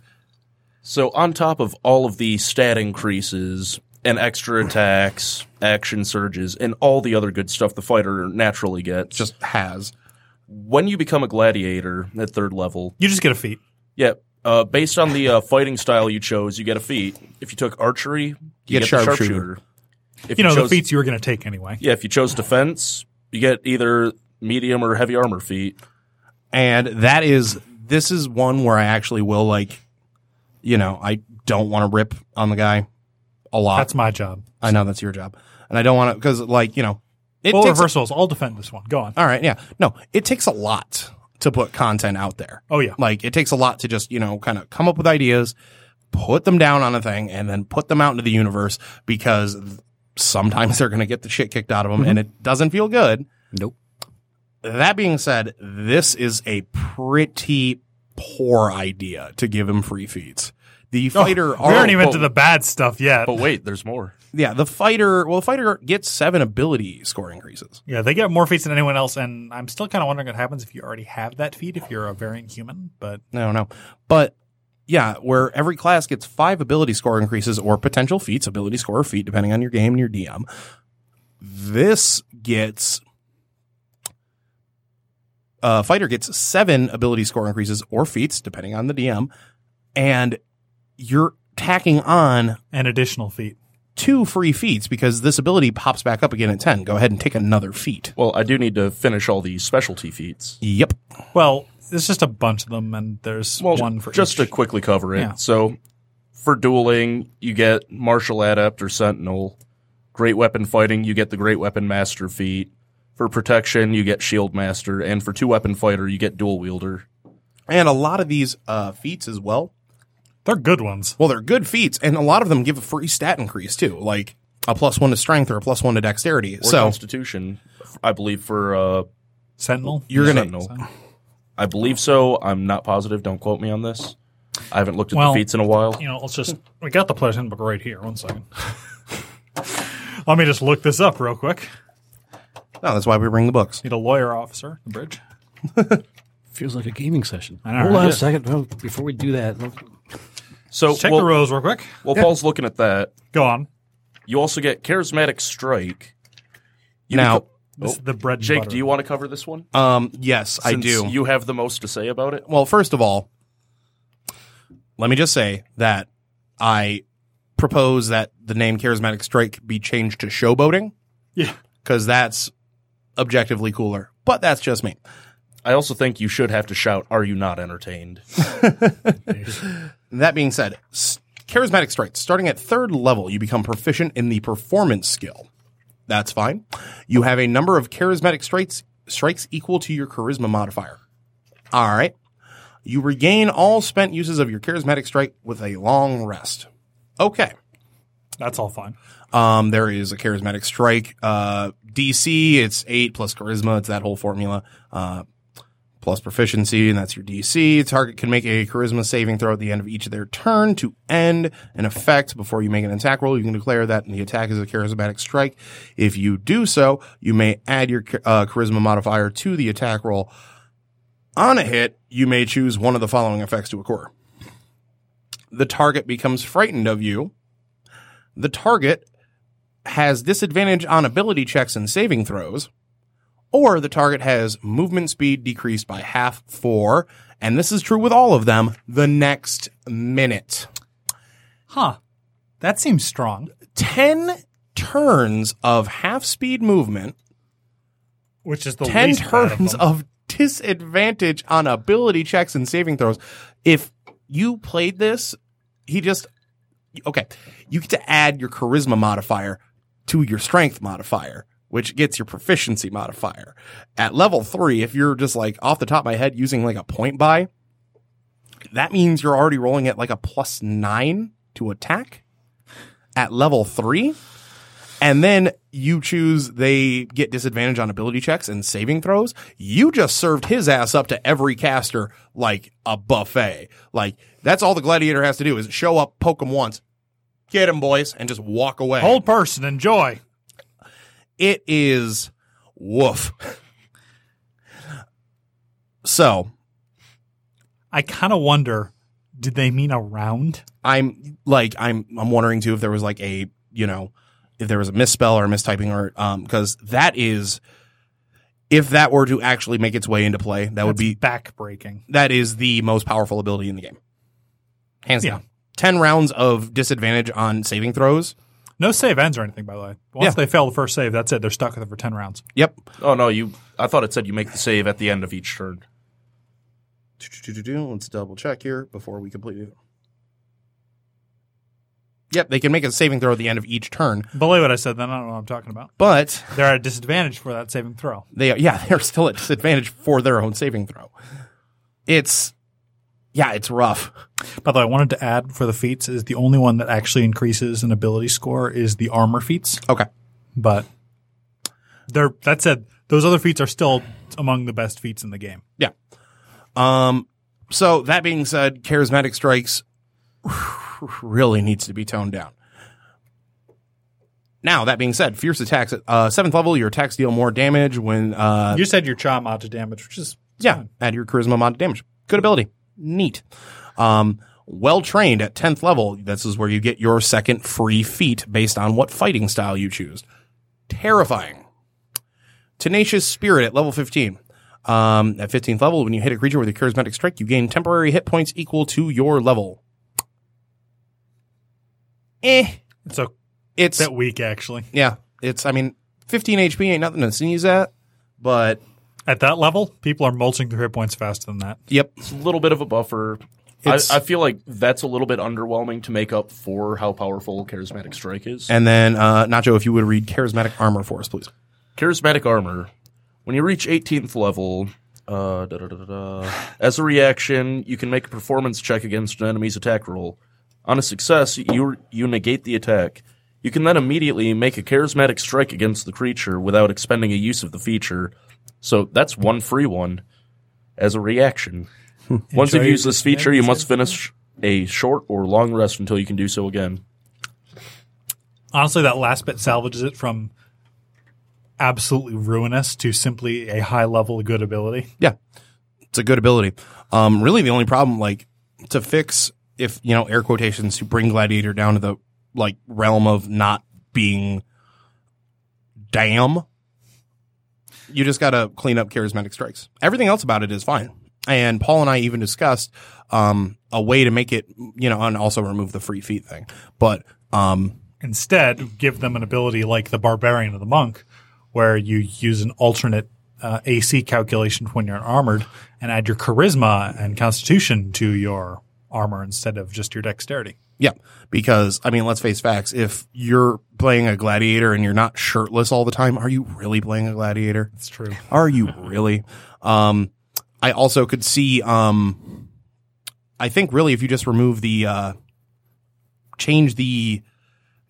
So, on top of all of the stat increases and extra attacks, action surges, and all the other good stuff the fighter naturally gets,
just has
when you become a gladiator at third level,
You just get a feat.
yeah, uh, based on the uh, fighting style you chose, you get a feat. If you took archery, you,
get
the
sharpshooter.
If
You know
chose,
the feats you were going to take anyway.
Yeah, if you chose defense, you get either medium or heavy armor feat.
and that is this is one where I actually will like, you know, I don't want to rip on the guy a lot.
That's my job.
I know that's your job, and I don't want to because like you know, it
Full
takes a- Uh,
reversals. I'll defend this one. Go on.
all right, yeah, no, it takes a lot to put content out there.
Oh yeah.
Like it takes a lot to just, you know, kind of come up with ideas, put them down on a thing and then put them out into the universe because sometimes *laughs* they're going to get the shit kicked out of them
Mm-hmm.
and it doesn't feel good.
Nope.
That being said, this is a pretty poor idea to give him free feeds. The fighter
Oh, we
al-
aren't even
but-
to the bad stuff yet.
But wait, there's more.
yeah, the fighter, well, the fighter gets 7 ability score increases.
Yeah, they get more feats than anyone else, and I'm still kind of wondering what happens if you already have that feat if you're a variant human. But
I don't know. But yeah, where every class gets five ability score increases or potential feats, ability score or feat, depending on your game and your DM. This gets. Uh, fighter gets seven ability score increases or feats, depending on the DM, and you're tacking on
an additional feat.
two free feats because this ability pops back up again at 10. Go ahead and take another feat.
Well, I do need to finish all these specialty feats.
Yep.
Well, there's just a bunch of them, and there's
Well,
one for
just
each.
to quickly cover it.
Yeah.
So, for dueling, you get martial adept or sentinel. Great weapon fighting, you get the great weapon master feat. For protection, you get shield master, and for two weapon fighter, you get dual wielder.
And a lot of these uh, feats as well.
They're good ones.
Well, they're good feats, and a lot of them give a free stat increase too, like a plus one to strength or a plus one to dexterity.
Or
so
constitution, I believe for uh,
Sentinel.
you're gonna
sentinel. I believe so. I'm not positive. Don't quote me on this. I haven't looked at
Well,
the feats in a while.
You know, let's just. We got the player's handbook right here. One second. *laughs* Let me just look this up real quick.
no, that's why we bring the books.
Need a lawyer officer. The bridge.
Feels like a gaming session.
know,
Hold on
yeah.
a second. No, before we do that, look-
So,
Check
while,
the rules real quick.
while Paul's looking at that,
Go on.
you also get charismatic strike. You
Now-
beco-
This is the bread. and
Jake,
butter.
do you want to cover this one?
Um, yes, I
Since
do.
You have the most to say about it.
well, first of all, let me just say that I propose that the name Charismatic Strike be changed to Showboating
Yeah.
because that's objectively cooler. But that's just me.
I also think you should have to shout, "Are you not entertained?"
That being said, s- charismatic strike. Starting at third level, you become proficient in the performance skill. That's fine. You have a number of charismatic strikes strikes equal to your charisma modifier. All right. You regain all spent uses of your charismatic strike with a long rest. Okay.
That's all fine.
Um, there is a charismatic strike uh, DC. It's eight plus charisma. It's that whole formula. Uh, plus proficiency, and that's your DC. Target can make a charisma saving throw at the end of each of their turn to end an effect before you make an attack roll. You can declare that the attack is a charismatic strike. If you do so, you may add your cha- uh, charisma modifier to the attack roll. On a hit, you may choose one of the following effects to occur. The target becomes frightened of you. The target has disadvantage on ability checks and saving throws, or the target has movement speed decreased by half for, and this is true with all of them, the next minute.
Huh. That seems strong.
10 turns of half speed movement,
Which is the
10
least bad
turns
of, them.
of disadvantage on ability checks and saving throws. If you played this, he just. Okay, you get to add your charisma modifier to your strength modifier, which gets your proficiency modifier. At level three, if you're just like off the top of my head using like a point buy, that means you're already rolling at like a plus nine to attack at level three. And then you choose they get disadvantage on ability checks and saving throws. You just served his ass up to every caster like a buffet. Like that's all the gladiator has to do is show up, poke him once, get him boys, and just walk away
Old person, enjoy.
it is woof. *laughs* so
I kind of wonder, did they mean around?
I'm like I'm I'm wondering too if there was like a you know if there was a misspell or a mistyping or um because that is if that were to actually make its way into play that would
That's
be
backbreaking.
that is the most powerful ability in the game hands
Yeah.
down ten rounds of disadvantage on saving throws
No save ends or anything, by the way. Once
Yeah.
they fail the first save, that's it. They're stuck with it for ten rounds.
yep
Oh no, you. I thought it said you make the save at the end of each turn.
Let's double check here before we completely. Yep, they can make a saving throw at the end of each turn,
Believe what I said. Then I don't know what I'm talking about.
but
They're at a disadvantage for that saving throw.
they yeah *laughs* they're still at disadvantage for their own saving throw. It's yeah, it's rough.
By the way, I wanted to add for the feats is the only one that actually increases an ability score is the armor feats,
Okay,
but they're that said, those other feats are still among the best feats in the game.
yeah. Um, so that being said, charismatic strikes *sighs* really needs to be toned down. Now that being said, fierce attacks at uh, seventh level, your attacks deal more damage when uh,
you said your charm mod to damage, which is
Yeah, add your charisma mod to damage. Good ability. Neat. Um, well trained at 10th level. This is where you get your second free feat based on what fighting style you choose. Terrifying. Tenacious Spirit at level 15. Um, at 15th level, when you hit a creature with a charismatic strike, you gain temporary hit points equal to your level. Eh.
it's o-
It's
that week actually
yeah. It's I mean, 15 HP ain't nothing to sneeze at, but
at that level people are mulching their hit points faster than that
yep.
a little bit of a buffer. I,
It's-
I feel like that's a little bit underwhelming to make up for how powerful charismatic strike is.
And then uh, Nacho, if you would read charismatic armor for us, please.
charismatic armor. When you reach 18th level, uh, da, da, da, da, da. as a reaction, you can make a performance check against an enemy's attack roll. On a success, you you negate the attack. You can then immediately make a charismatic strike against the creature without expending a use of the feature. So that's one free one as a reaction. Once you've
Enjoy
used this feature, you must finish a short or long rest until you can do so again.
honestly that last bit salvages it from absolutely ruinous to simply a high level good ability
Yeah, it's a good ability. Um, really, the only problem, like, to fix if you know air quotations to bring Gladiator down to the like realm of not being damn. You just gotta clean up charismatic strikes. Everything else about it is fine. And Paul and I even discussed um, a way to make it, you know, and also remove the free feet thing. But um,
instead give them an ability like the barbarian or the monk where you use an alternate uh, ac calculation when you're armored and add your charisma and constitution to your armor instead of just your dexterity
Yeah, because I mean, let's face facts. If you're playing a gladiator and you're not shirtless all the time, are you really playing a gladiator?
it's true
Are you really? Um, I also could see. Um, I think really, if you just remove the uh, change the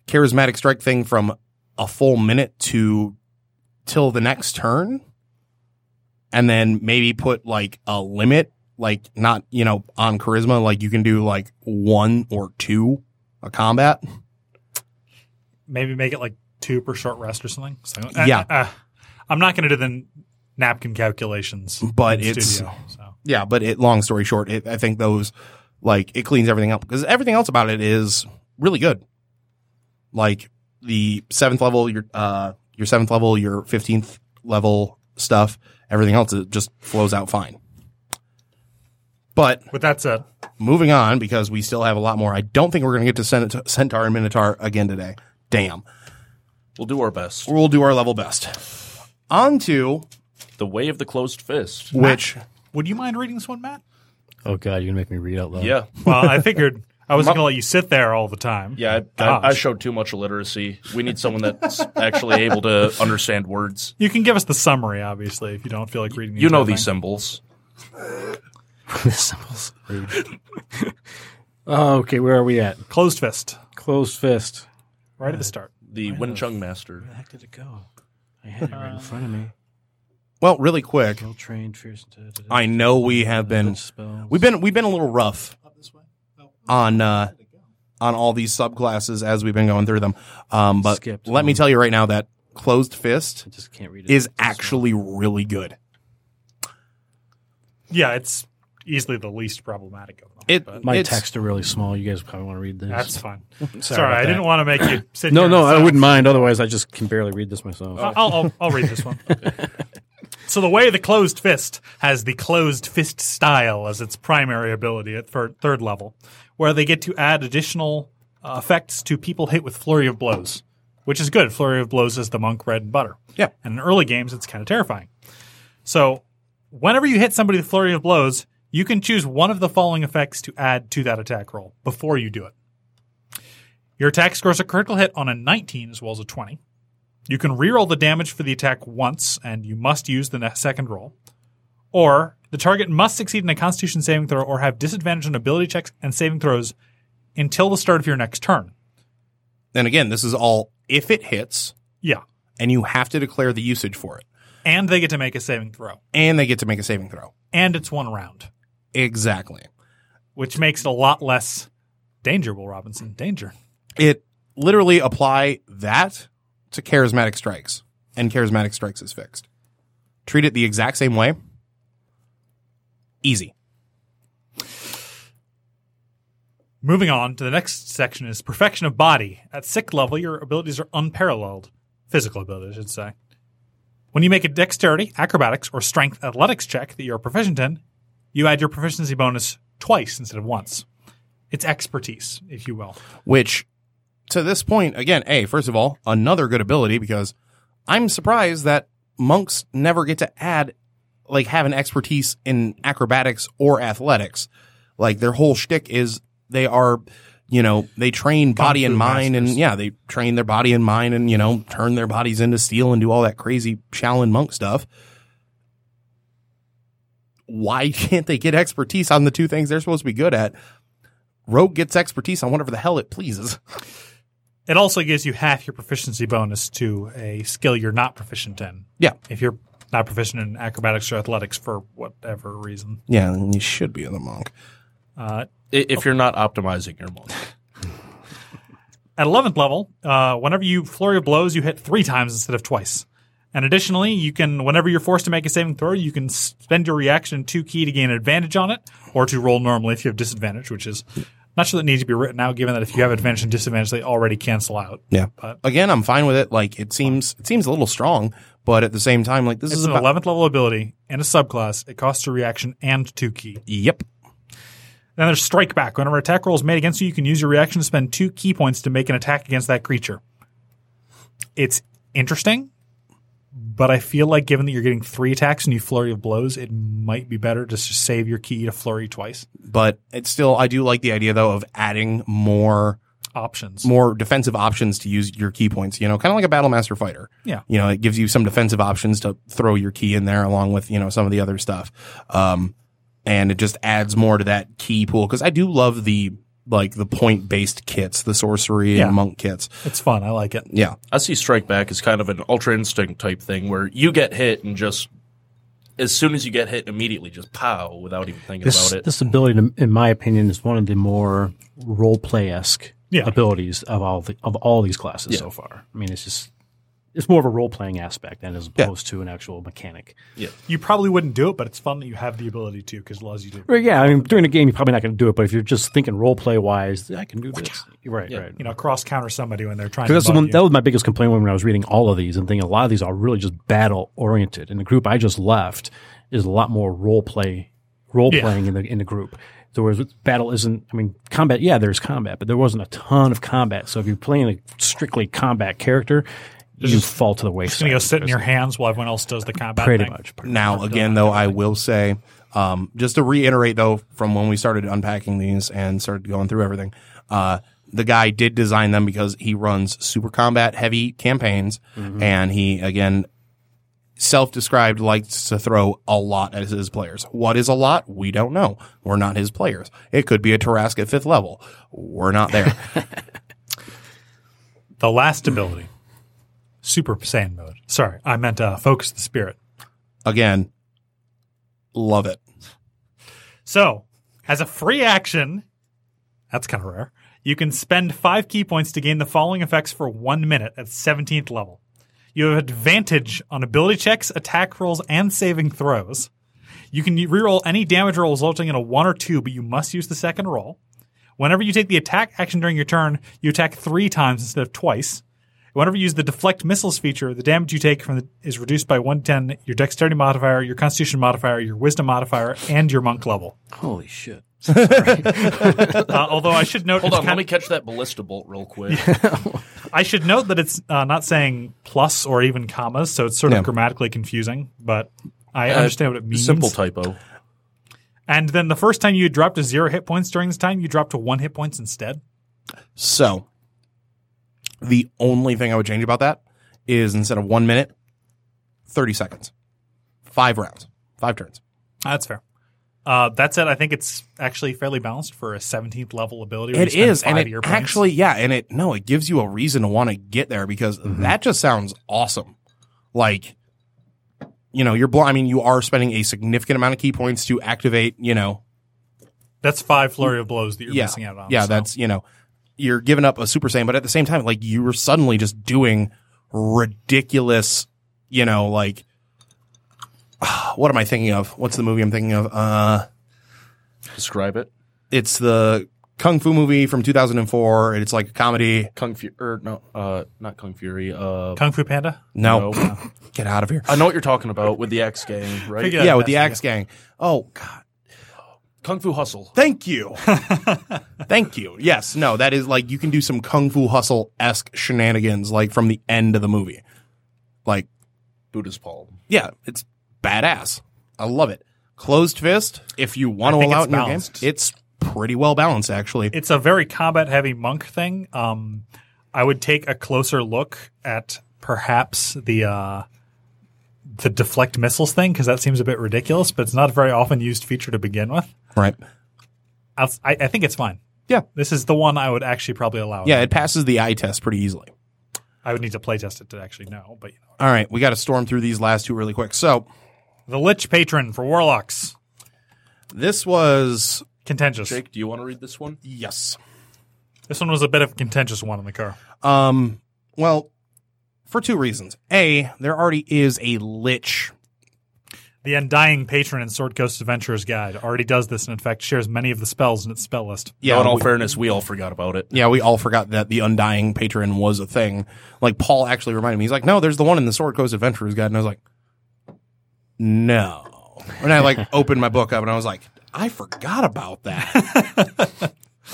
charismatic strike thing from a full minute to till the next turn, and then maybe put like a limit, like not you know on charisma, like you can do like one or two a combat.
maybe make it like two per short rest or something so,
Yeah.
uh, i'm not going to do the n- napkin calculations
But
in
it's-
studio, so
Yeah, but it long story short, it, I think those like it cleans everything up because everything else about it is really good. Like the seventh level, your uh your seventh level, your fifteenth level stuff, everything else it just flows out fine. But
with that said
moving on because we still have a lot more. I don't think we're going to get to Cent- Centaur and Minotaur again today. Damn,
We'll do our best.
we'll do our level best. On to
The way of the closed fist.
which
would you mind reading this one matt
Oh God, you're gonna make me read out loud. *laughs*
Yeah.
well i figured i
*laughs*
wasn't going to let you sit there all the time
Yeah, I,
Gosh.
I, I showed too much illiteracy. We need someone that's actually able to understand words.
You can give us the summary, obviously, if you don't feel like reading. The
You know
entire
these
thing.
symbols.
*laughs*
Symbols. oh, okay, where are we at?
Closed fist,
Closed fist.
right at the start.
The Wing Chun Master.
Where the heck did it go? I had it right in front of
Uh,
me.
well, really quick.
Well trained, fierce. and-
I know we have been
spell.
We've been we've been a little rough on uh, on all these subclasses as we've been going through them. Um, but
Skipped
let me tell you right now that closed fist
I just can't read it.
is actually really good.
Yeah, it's easily the least problematic of them.
It
my
it's-
texts are really small. You guys probably want to read this.
That's
*laughs*
fine. Sorry,
about
I
that.
didn't want to make you sit.
no,
here
no,
and
I
sound-
wouldn't mind. Otherwise, I just can barely read this myself.
I'll, I'll, I'll read this one. so the way the closed fist has the closed fist style as its primary ability at third, third level, where they get to add additional uh, effects to people hit with flurry of blows, which is good. Flurry of blows is the monk bread and butter.
Yeah.
And in early games, it's kind of terrifying. So whenever you hit somebody with flurry of blows, you can choose one of the following effects to add to that attack roll before you do it. Your attack scores a critical hit on a 19 as well as a 20. You can reroll the damage for the attack once, and you must use the ne- second roll. Or the target must succeed in a Constitution saving throw or have disadvantage on ability checks and saving throws until the start of your next turn.
and again, this is all if it hits,
Yeah,
and you have to declare the usage for it,
and they get to make a saving throw,
and they get to make a saving throw.
and it's one round,
Exactly.
which makes it a lot less danger. Will Robinson danger?
It literally apply that to charismatic strikes, and charismatic strikes is fixed. Treat it the exact same way. Easy.
Moving on to the next section is perfection of body. At sixth level, your abilities are unparalleled. Physical abilities, I should say. When you make a dexterity, acrobatics, or strength athletics check that you're proficient in, you add your proficiency bonus twice instead of once. It's expertise, if you will.
which to this point, again, A, first of all, another good ability because I'm surprised that monks never get to add, like, have an expertise in acrobatics or athletics. Like, their whole shtick is they are, you know, they train body
Fu
and mind and,
masters.
yeah, they train their body and mind and, you know, turn their bodies into steel and do all that crazy Shaolin monk stuff. Why *laughs* can't they get expertise on the two things they're supposed to be good at? Rogue gets expertise on whatever the hell it pleases.
It also gives you half your proficiency bonus to a skill you're not proficient in.
Yeah.
If you're not proficient in acrobatics or athletics for whatever reason,
Yeah, then you should be the monk.
uh,
I- if you're not optimizing your monk.
At 11th level, uh, whenever you flurry of blows, you hit three times instead of twice. And additionally, you can, whenever you're forced to make a saving throw, you can spend your reaction two key to gain an advantage on it, or to roll normally if you have disadvantage, which is not sure that needs to be written out, given that if you have advantage and disadvantage, they already cancel out.
Yeah.
But-
Again, I'm fine with it. Like it seems it seems a little strong, but at the same time, like this
It's
is
an
about
11th level ability and a subclass. It costs a reaction and two key.
Yep.
Then there's strike back. Whenever attack roll is made against you, you can use your reaction to spend two key points to make an attack against that creature. It's interesting, but I feel like given that you're getting three attacks and you flurry of blows, it might be better just to save your key to flurry twice.
But it's still I do like the idea though of adding more
Options.
more defensive options to use your key points, you know, kind of like a battle master fighter.
Yeah.
You know, it gives you some defensive options to throw your key in there along with, you know, some of the other stuff. Um and it just adds more to that key pool cuz I do love the like the point based kits, the sorcery
Yeah.
and monk kits.
It's fun. I like it.
Yeah.
I see strike back as kind of an ultra instinct type thing where you get hit and just as soon as you get hit immediately just pow without even thinking
This,
about it.
this ability, to- in my opinion, is one of the more role play esque
Yeah.
abilities of all the of all these classes so far. I mean, it's just it's more of a role playing aspect than as opposed to an actual mechanic.
You probably wouldn't do it, but it's fun that you have the ability to because it allows you to.
Well, yeah, I mean, during a game, you're probably not going to do it, but if you're just thinking role play wise, I can do this. Right, right.
You know, cross counter somebody when they're trying to.
'Cause that's the
bug
one,
you.
that was my biggest complaint when I was reading all of these and thinking a lot of these are really just battle oriented. And the group I just left is a lot more role play, role
Yeah.
playing in the in the group. So whereas with battle isn't, I mean, combat. Yeah, there's combat, but there wasn't a ton of combat. So if you're playing a strictly combat character, you fall to the
You're
wayside.
gonna go sit in your hands while everyone else does the combat.
pretty
thing.
much.
Now, again, though, I will say, um, just to reiterate, though, from when we started unpacking these and started going through everything, uh, the guy did design them because he runs super combat heavy campaigns, and he again self-described likes to throw a lot at his players. What is a lot? We don't know. We're not his players. It could be a Tarask at fifth level. We're not there.
The last ability, Super Saiyan mode. Sorry, I meant uh, focus the spirit.
again, love it.
So, as a free action, that's kind of rare. You can spend five key points to gain the following effects for one minute at 17th level. You have advantage on ability checks, attack rolls, and saving throws. You can reroll any damage roll resulting in a one or two, but you must use the second roll. Whenever you take the attack action during your turn, you attack three times instead of twice. Whenever you use the deflect missiles feature, the damage you take from the, is reduced by 110, your dexterity modifier, your constitution modifier, your wisdom modifier, and your monk level.
*laughs*
Holy shit!
Uh, although I should note,
Hold
it's
on, let
kind
me
of-
catch that ballista bolt real quick.
I should note that it's uh, not saying plus or even commas, so it's sort
Yeah.
of grammatically confusing. But I
Uh,
understand what it means.
Simple typo.
And then the first time you dropped to zero hit points during this time, you dropped to one hit points instead.
So, the only thing I would change about that is instead of one minute, 30 seconds, five rounds, five turns.
Ah, That's fair. Uh, that said, I think it's actually fairly balanced for a 17th level ability. where you
It
spend
is. And
five
it
year points.
actually, yeah. And it, no, it gives you a reason to want to get there because that just sounds awesome. Like, you know, you're, bl- I mean, you are spending a significant amount of key points to activate, you know,
that's five flurry of blows that you're
yeah,
missing out on.
Yeah,
so.
that's you know, you're giving up a Super Saiyan, but at the same time, like you were suddenly just doing ridiculous, you know, like *sighs* what am I thinking of? What's the movie I'm thinking of? Uh
Describe it.
it's the Kung Fu movie from 2004. and It's like a comedy.
Kung Fury, or no, uh, not Kung Fury. Uh,
Kung Fu Panda.
No,
no.
*laughs* get out of here.
I know what you're talking about with the X Gang, right?
Figure
Yeah,
that
with
best,
the
yeah.
Axe Gang. Oh God,
*laughs*
Kung Fu Hustle.
thank you. Thank you. Yes. No, that is like you can do some kung fu hustle esque shenanigans like from the end of the movie. Like,
Buddha's palm.
yeah, it's badass. I love it. Closed fist, if you want
I
to
think
allow it
it's
in your game,
balanced.
it's pretty well balanced actually.
it's a very combat heavy monk thing. Um, I would take a closer look at perhaps the uh, the deflect missiles thing because that seems a bit ridiculous, but it's not a very often used feature to begin with.
right.
I'll, I, I think it's fine.
Yeah.
This is the one I would actually probably allow.
Yeah, it passes the eye test pretty easily.
I would need to playtest it to actually know. But you know.
All right, we got to storm through these last two really quick. So,
the Lich Patron for Warlocks.
this was
Contentious.
Jake, do you want to read this one?
yes.
This one was a bit of a contentious one in the car.
Um, well, for two reasons. A, there already is a lich.
The Undying Patron in Sword Coast Adventurer's Guide already does this and, in fact, shares many of the spells in its spell list.
Though in all
we,
fairness, we all forgot about it.
yeah, we all forgot that the undying patron was a thing. Like Paul actually reminded me. He's like, "No, there's the one in the Sword Coast Adventurer's Guide," and I was like, "No." And I
*laughs*
like opened my book up and I was like, "I forgot about that."
*laughs*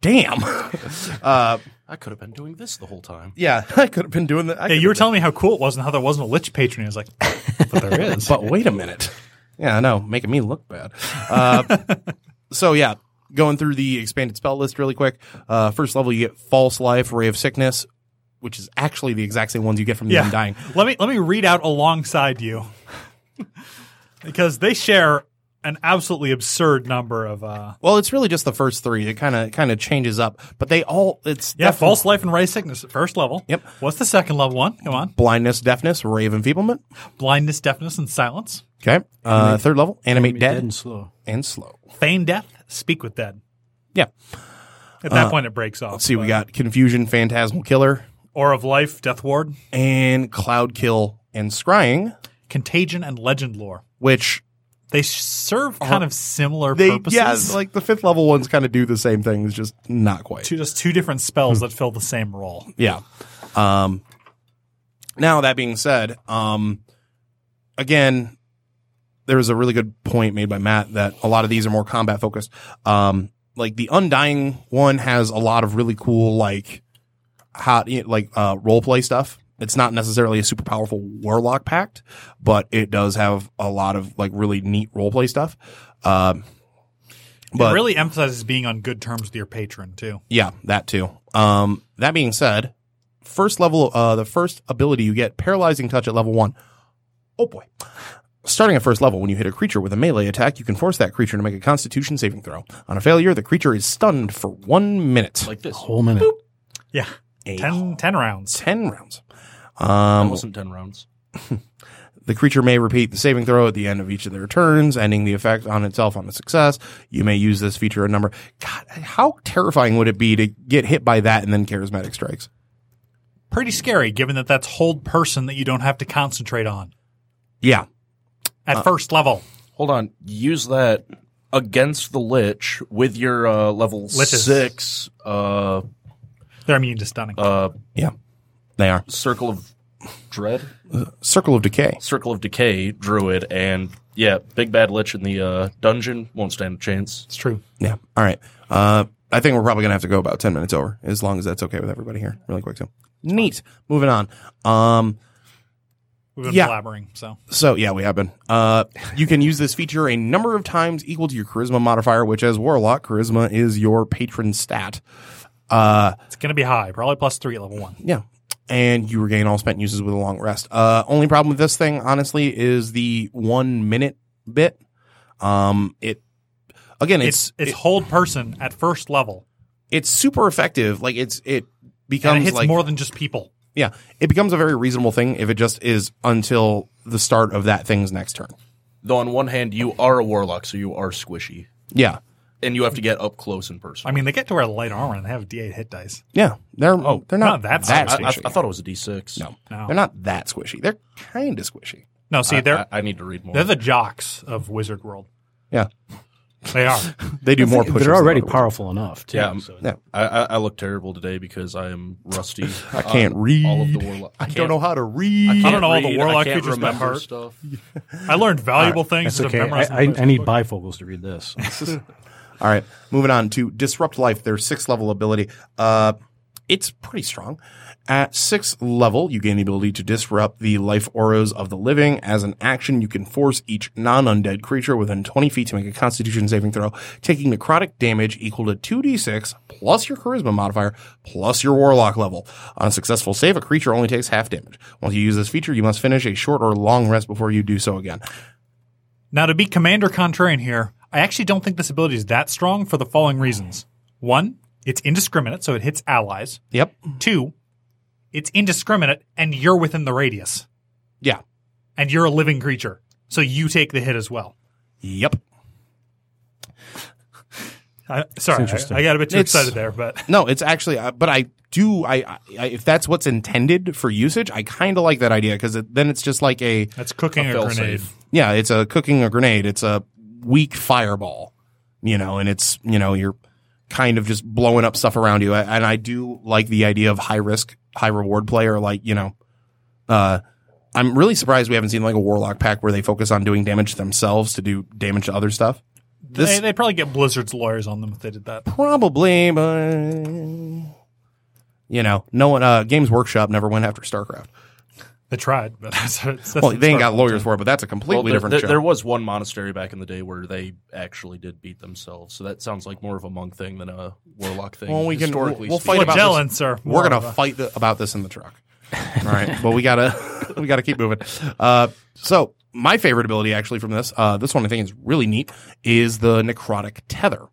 Damn. Uh,
I could have been doing this the whole time.
yeah, *laughs* I could have been doing that. I
Yeah,
could've
you were
been-
telling me how cool it was and how there wasn't a Lich Patron. I was like, but there is.
but wait a
*laughs*
minute. Yeah, I know, making me look bad.
*laughs*
Uh, so yeah, going through the expanded spell list really quick. Uh, first level, you get False Life, Ray of Sickness, which is actually the exact same ones you get from the
yeah.
Undying.
Let me let me read out alongside you. *laughs* because they share an absolutely absurd number of uh
Well, it's really just the first three. It kind of kind of changes up, but they all it's
Yeah,
definitely-
false life and ray sickness at first level.
Yep.
What's the second level one? Come on.
blindness, deafness, Ray of Enfeeblement.
Blindness, deafness, and silence.
Okay, uh, third level, animate,
Be
dead,
and slow.
and slow.
Feign death, speak with dead.
Yeah.
At that point it breaks off.
Uh, Let's see, we
but-
got confusion, phantasmal killer,
Or of Life, Death Ward,
and cloud kill and scrying,
Contagion, and Legend Lore.
which
They serve kind of similar
Uh-huh. they
purposes.
yeah, like the fifth level ones kind of do the same things, just not quite.
two, just two different
Hmm.
spells that fill the same role.
Yeah. Um. Now that being said, um, again, there was a really good point made by Matt that a lot of these are more combat focused. Um, like the Undying one has a lot of really cool like how like uh, role play stuff. It's not necessarily a super powerful warlock pact, but it does have a lot of like really neat role play stuff. Um,
It
but
really emphasizes being on good terms with your patron too.
Yeah, that too. Um, that being said, first level, uh, the first ability you get, paralyzing touch at level one. Oh boy. Starting at first level, when you hit a creature with a melee attack, you can force that creature to make a constitution saving throw. On a failure, the creature is stunned for one minute.
Like this.
Whole minute.
Yeah.
A
Ten, ten rounds.
10 rounds.
That
Um,
wasn't 10 rounds.
the creature may repeat the saving throw at the end of each of their turns, ending the effect on itself on a success. You may use this feature a number. God, how terrifying would it be to get hit by that and then charismatic strikes?
Pretty scary given that that's hold person that you don't have to concentrate on
Yeah.
at first level.
Hold on. Use that against the Lich with your uh, level
Liches.
6 uh,
They're immune to stunning.
uh,
Yeah. They are.
Circle of Dread?
Circle of Decay.
Circle of Decay Druid. And yeah, Big Bad Lich in the uh, dungeon won't stand a chance.
it's true.
Yeah. All right. Uh, I think we're probably gonna have to go about ten minutes over, as long as that's okay with everybody here. Really quick. So neat. Moving on. Um,
We've been
Yeah.
blabbering, so
so yeah, we have been. Uh, you can use this feature a number of times equal to your charisma modifier, which as warlock, charisma is your patron stat. Uh,
it's going to be high. Probably plus three at level one.
yeah. And you regain all spent uses with a long rest. Uh, only problem with this thing, honestly, is the one minute bit. Um, it again,
It's
it's
it's hold person at first level,
it's super effective. Like it's it becomes
and it hits
like
more than just people.
yeah, it becomes a very reasonable thing if it just is until the start of that thing's next turn.
Though on one hand, you are a warlock, so you are squishy.
Yeah,
And you have to get up close and
I
personal.
mean, they get to wear light armor and they have D8 hit dice.
yeah, they're they're not,
not that
that
squishy.
squishy.
I, I thought it was a D6.
no,
No.
they're not that squishy. They're kind of squishy.
No, see, they're
I, I need to read more.
they're the jocks of Wizard World.
Yeah,
They are.
they do more. Pushes
They're already
than other
powerful enough. Too,
Yeah.
so-
Yeah.
I, I, I look terrible today because I am rusty. Uh,
ones. *laughs* I can't read.
all of the warlock.
I don't know how to read.
I don't know all the warlock
I can't
features by
remember
heart.
Stuff.
I learned valuable things
That's
instead of
okay. I,
memorizing
I,
books.
I need bifocals to read this.
*laughs* All right, moving on to disrupt life. Their sixth level ability. Uh, it's pretty strong. At sixth level, you gain the ability to disrupt the life auras of the living. As an action, you can force each non-undead creature within 20 feet to make a Constitution saving throw, taking necrotic damage equal to 2d6 plus your Charisma modifier plus your Warlock level. On a successful save, a creature only takes half damage. Once you use this feature, you must finish a short or long rest before you do so again.
Now, to be Commander Contrarian here, I actually don't think this ability is that strong for the following reasons. One, it's indiscriminate, so it hits allies.
Yep.
Two, it's indiscriminate, and you're within the radius,
Yeah.
and you're a living creature, so you take the hit as well.
Yep.
I, sorry, I, I got a bit too
It's-
excited there, but
No, it's actually, uh, but I do. I, I- I if that's what's intended for usage, I kind of like that idea because it, then it's just like a
that's cooking a,
fail
grenade.
safe.
yeah, it's a cooking a grenade. It's a weak fireball, you know, and it's you know you're kind of just blowing up stuff around you. And I do like the idea of high risk, high reward player. Like you know, uh, I'm really surprised we haven't seen like a warlock pack where they focus on doing damage to themselves to do damage to other stuff. This
they, would probably get Blizzard's lawyers on them if they did that.
Probably, but you know, no one. Uh, Games Workshop never went after StarCraft.
They tried, but *laughs* that's, that's
Well, they ain't got lawyers for it, but that's a completely
Well, there,
different
there,
show.
there was one monastery back in the day where they actually did beat themselves, so that sounds like more of a monk thing than a warlock thing.
Well, we can-
historically
we'll
speaking.
fight about this.
Flagellan, sir.
We're
More
gonna
of a-
fight th- about this in the
*laughs*
truck. All right, but we gotta *laughs* we gotta keep moving. Uh, so my favorite ability actually from this, uh, this one I think is really neat, is the necrotic tether.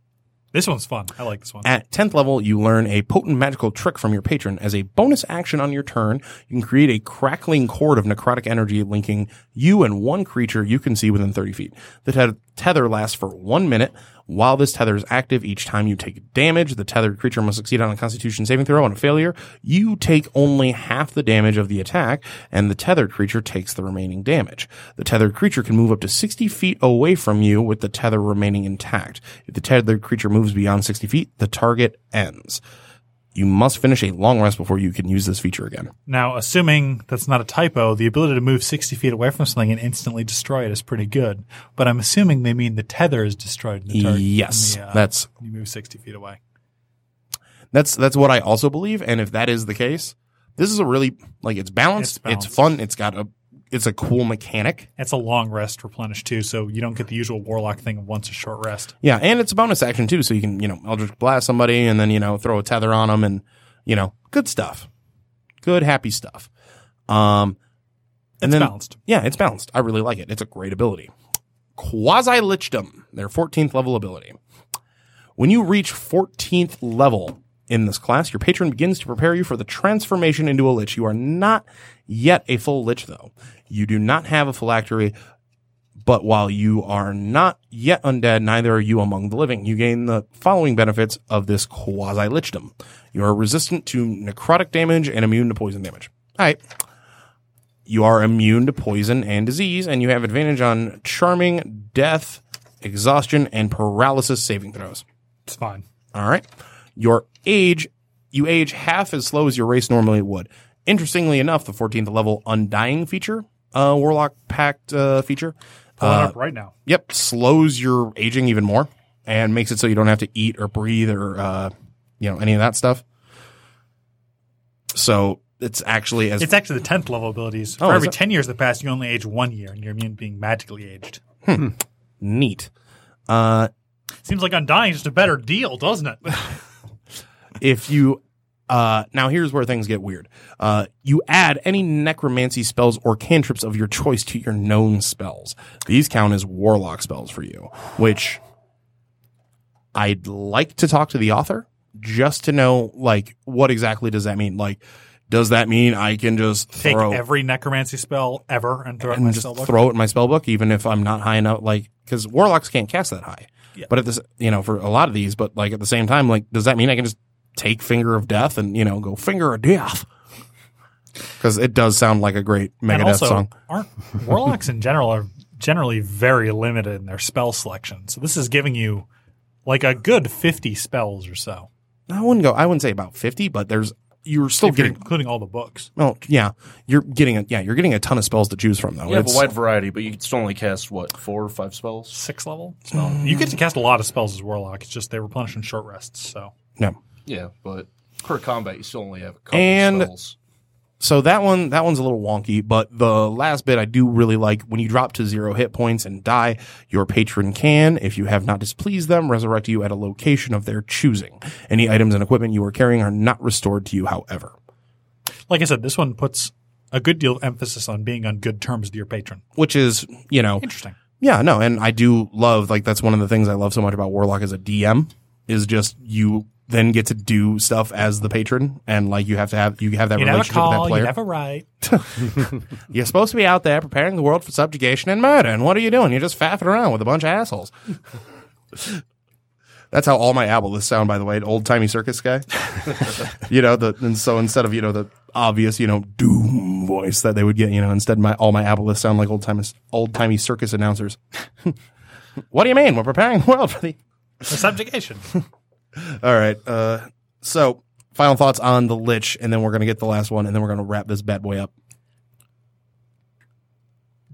This one's fun. I like this one.
At 10th level, you learn a potent magical trick from your patron. As a bonus action on your turn, you can create a crackling cord of necrotic energy linking you and one creature you can see within 30 feet. The te- tether lasts for one minute. While this tether is active, each time you take damage, the tethered creature must succeed on a constitution saving throw on a failure. You take only half the damage of the attack, and the tethered creature takes the remaining damage. The tethered creature can move up to 60 feet away from you with the tether remaining intact. If the tethered creature moves beyond 60 feet, the target ends. You must finish a long rest before you can use this feature again.
Now, assuming that's not a typo, the ability to move 60 feet away from something and instantly destroy it is pretty good. But I'm assuming they mean the tether is destroyed in the target.
Yes, that's
You move 60 feet away.
that's that's what I also believe. And if that is the case, this is a really like it's balanced,
It's
it's,
balanced.
fun, it's got a it's a cool mechanic.
It's a long rest replenish, too, so you don't get the usual warlock thing of once a short rest.
Yeah, and it's a bonus action too, so you can you know Eldritch blast somebody and then you know throw a tether on them and you know good stuff, good happy stuff. Um, and then
balanced.
yeah, it's balanced. I really like it. It's a great ability. Quasi Lichdom, their 14th level ability. When you reach 14th level in this class, your patron begins to prepare you for the transformation into a lich. You are not yet a full lich, though. You do not have a phylactery, but while you are not yet undead, neither are you among the living. You gain the following benefits of this quasi lichdom. You are resistant to necrotic damage and immune to poison damage. All right. You are immune to poison and disease, and you have advantage on charming, death, exhaustion, and paralysis saving throws.
It's fine.
All right. Your age, you age half as slow as your race normally would. Interestingly enough, the 14th level undying feature, uh, warlock pact uh, feature,
Pull it
uh,
up right now.
yep, slows your aging even more and makes it so you don't have to eat or breathe or uh, you know any of that stuff. So it's actually as
It's actually the 10th level abilities.
Oh,
For
is
every
it?
10 years that pass, you only age one year, and you're immune to being magically aged.
neat. Uh,
Seems like Undying is just a better deal,
*laughs*
doesn't it?
if you uh, now here's where things get weird. Uh, you add any necromancy spells or cantrips of your choice to your known spells. These count as warlock spells for you, which I'd like to talk to the author just to know like what exactly does that mean? Like, does that mean I can just
Take
throw
every necromancy spell ever and throw it in my
and just
spell book.
throw it in my spell book, even if I'm not high enough. Like, because warlocks can't cast that high.
Yeah.
But at this, you know, for a lot of these, but like at the same time, like, does that mean I can just take Finger of Death and you know go Finger of Death? *laughs* Because it does sound like a great
and
Megadeth
also,
song.
aren't warlocks in general are generally very limited in their spell selection? So this is giving you like a good fifty spells or so.
I wouldn't go. I wouldn't say about fifty, but there's you're still
if you're
getting.
including all the books.
Oh yeah, you're getting a yeah, you're getting a ton of spells to choose from though.
You have a
It's-
wide variety, but you can still only cast what four or five spells.
Six level spell. You get to cast a lot of spells as warlock. It's just they replenish in short rests. So
yeah.
Yeah, but per combat, you still only have a couple
And-
spells.
So that one that one's a little wonky, but the last bit I do really like when you drop to zero hit points and die, your patron can, if you have not displeased them, resurrect you at a location of their choosing. Any items and equipment you are carrying are not restored to you, however.
like I said, this one puts a good deal of emphasis on being on good terms with your patron.
Which is, you know,
Interesting.
yeah, no, and I do love like that's one of the things I love so much about Warlock as a DM is just you then get to do stuff as the patron and like you have to have you have that
You never
relationship with that
call,
player.
you never write.
You're supposed to be out there preparing the world for subjugation and murder, and what are you doing? You're just faffing around with a bunch of assholes. *laughs* That's how all my aboliths sound, by the way, an old timey circus guy. *laughs* you know, the and so instead of you know the obvious you know doom voice that they would get, you know, instead my all my aboliths sound like old timey old timey circus announcers. *laughs* what do you mean? We're preparing the world for the
The subjugation.
*laughs* all right. Uh, so final thoughts on the lich, and then we're gonna get the last one, and then we're gonna wrap this bad boy up.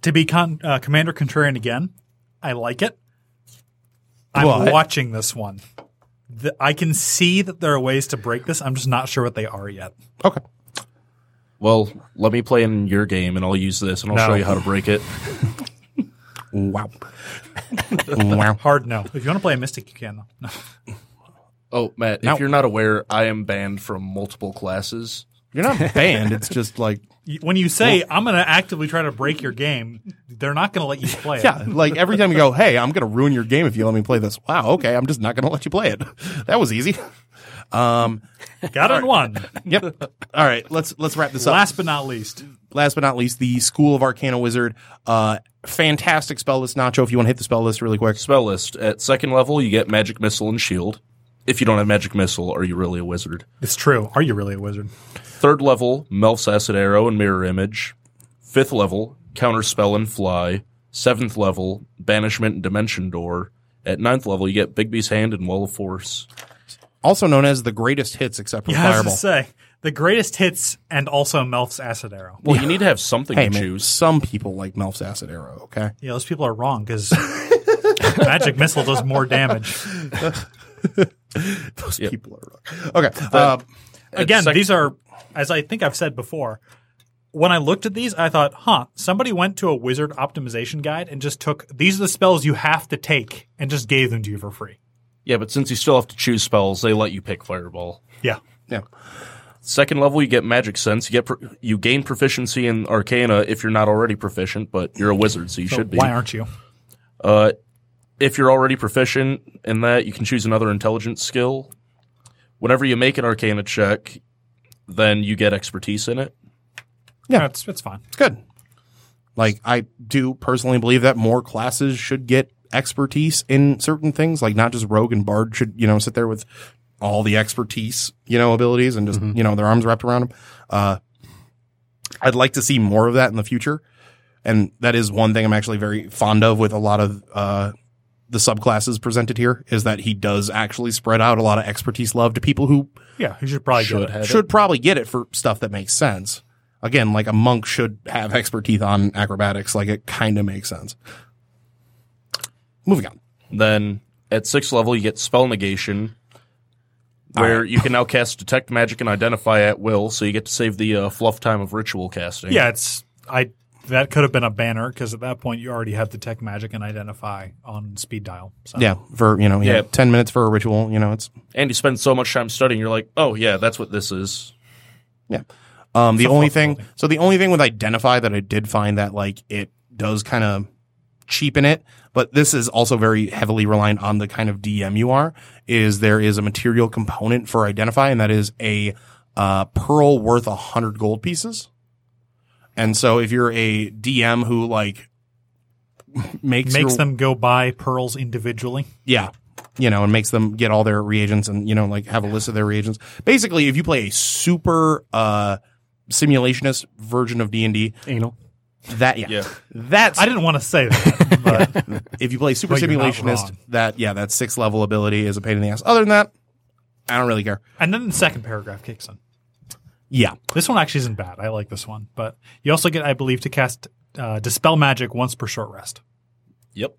to be con- uh, Commander Contrarian again, I like it. I'm
But-
watching this one. The, I can see that there are ways to break this. I'm just not sure what they are yet.
Okay.
Well, let me play in your game, and I'll use this, and I'll
No.
show you how to break it.
*laughs* Wow. wow.
Hard no. If you want to play a Mystic, you can. though. No.
Oh, Matt,
No.
if you're not aware, I am banned from multiple classes.
You're not banned. it's just like
You- When you say I'm going to actively try to break your game, they're not going to let you play it.
yeah, like every time you go, hey, I'm gonna ruin your game if you let me play this. Wow, okay, I'm just not gonna let you play it. That was easy. Um,
Got in one.
Yep. All right, let's let's wrap this up.
*laughs* Last but not least,
last but not least, the School of Arcana Wizard. Uh, fantastic spell list, Nacho. If you want to hit the spell list really quick,
Spell list at second level, you get magic missile and shield. If you don't have magic missile, are you really a wizard?
it's true. Are you really a wizard?
Third level, Melf's Acid Arrow and Mirror Image. Fifth level, Counter Spell and Fly. Seventh level, Banishment and Dimension Door. At ninth level, you get Bigby's Hand and Wall of Force.
also known as the greatest hits, except for
Yeah, I was
Fireball.
to say the greatest hits and also Melf's acid arrow.
Well, you need to have something
Hey
to
man,
choose.
some people like Melf's Acid Arrow. Okay, *laughs*
Yeah, those people are wrong *laughs* because magic missile does more damage.
those people are okay. uh,
Again,
sec-
these are, as I think I've said before, when I looked at these, I thought, huh, somebody went to a wizard optimization guide and just took these are the spells you have to take and just gave them to you for free.
Yeah, but since you still have to choose spells, they let you pick Fireball.
Yeah.
yeah.
Second level, you get Magic Sense. You get pro- you gain proficiency in Arcana if you're not already proficient, but you're a wizard, so you should be.
Why aren't you?
Uh, if you're already proficient in that, you can choose another intelligence skill. Whenever you make an arcana check, then you get expertise in it.
Yeah.
No, it's, it's fine.
It's good. Like I do personally believe that more classes should get expertise in certain things, like not just rogue and bard should, you know, sit there with all the expertise, you know, abilities and just, you know, their arms wrapped around them. Uh, I'd like to see more of that in the future. And that is one thing I'm actually very fond of with a lot of uh, the subclasses presented here is that he does actually spread out a lot of expertise love to people who
Yeah, you should probably
Should
get it.
have
should probably get it for stuff that makes sense. Again, like a monk should have expertise on acrobatics. Like it kind of makes sense. Moving on.
it. Then at sixth level, you get spell negation, where you can now cast detect magic and identify at will. So you get to save the uh, fluff time of ritual casting.
Yeah, it's, I, that could have been a banner because at that point you already had detect magic and identify on speed dial. So.
Yeah, for you know, yeah,
Yeah.
ten minutes for a ritual. You know, it's
and you spend so much time studying, you're like, oh yeah, that's what this is.
Yeah. Um, the only
fluff
thing,
building.
so the only thing with identify that I did find that like it does kind of cheapen it, but this is also very heavily reliant on the kind of DM you are. Is there is a material component for identify, and that is a uh, pearl worth a hundred gold pieces. And so if you're a DM who like *laughs* makes
Makes
your-
them go buy pearls individually.
yeah. You know, and makes them get all their reagents and, you know, like have a list of their reagents. Basically, if you play a super uh simulationist version of D&D,
*laughs* Anal.
that yeah.
Yeah.
That's
I didn't want to say
*laughs*
that, but
if you play super
But you're not
simulationist,
wrong.
that yeah, that 6th level ability is a pain in the ass. Other than that, I don't really care.
and then the second paragraph kicks in.
Yeah.
This one actually isn't bad. I like this one, but you also get, I believe, to cast uh, dispel magic once per short rest.
Yep.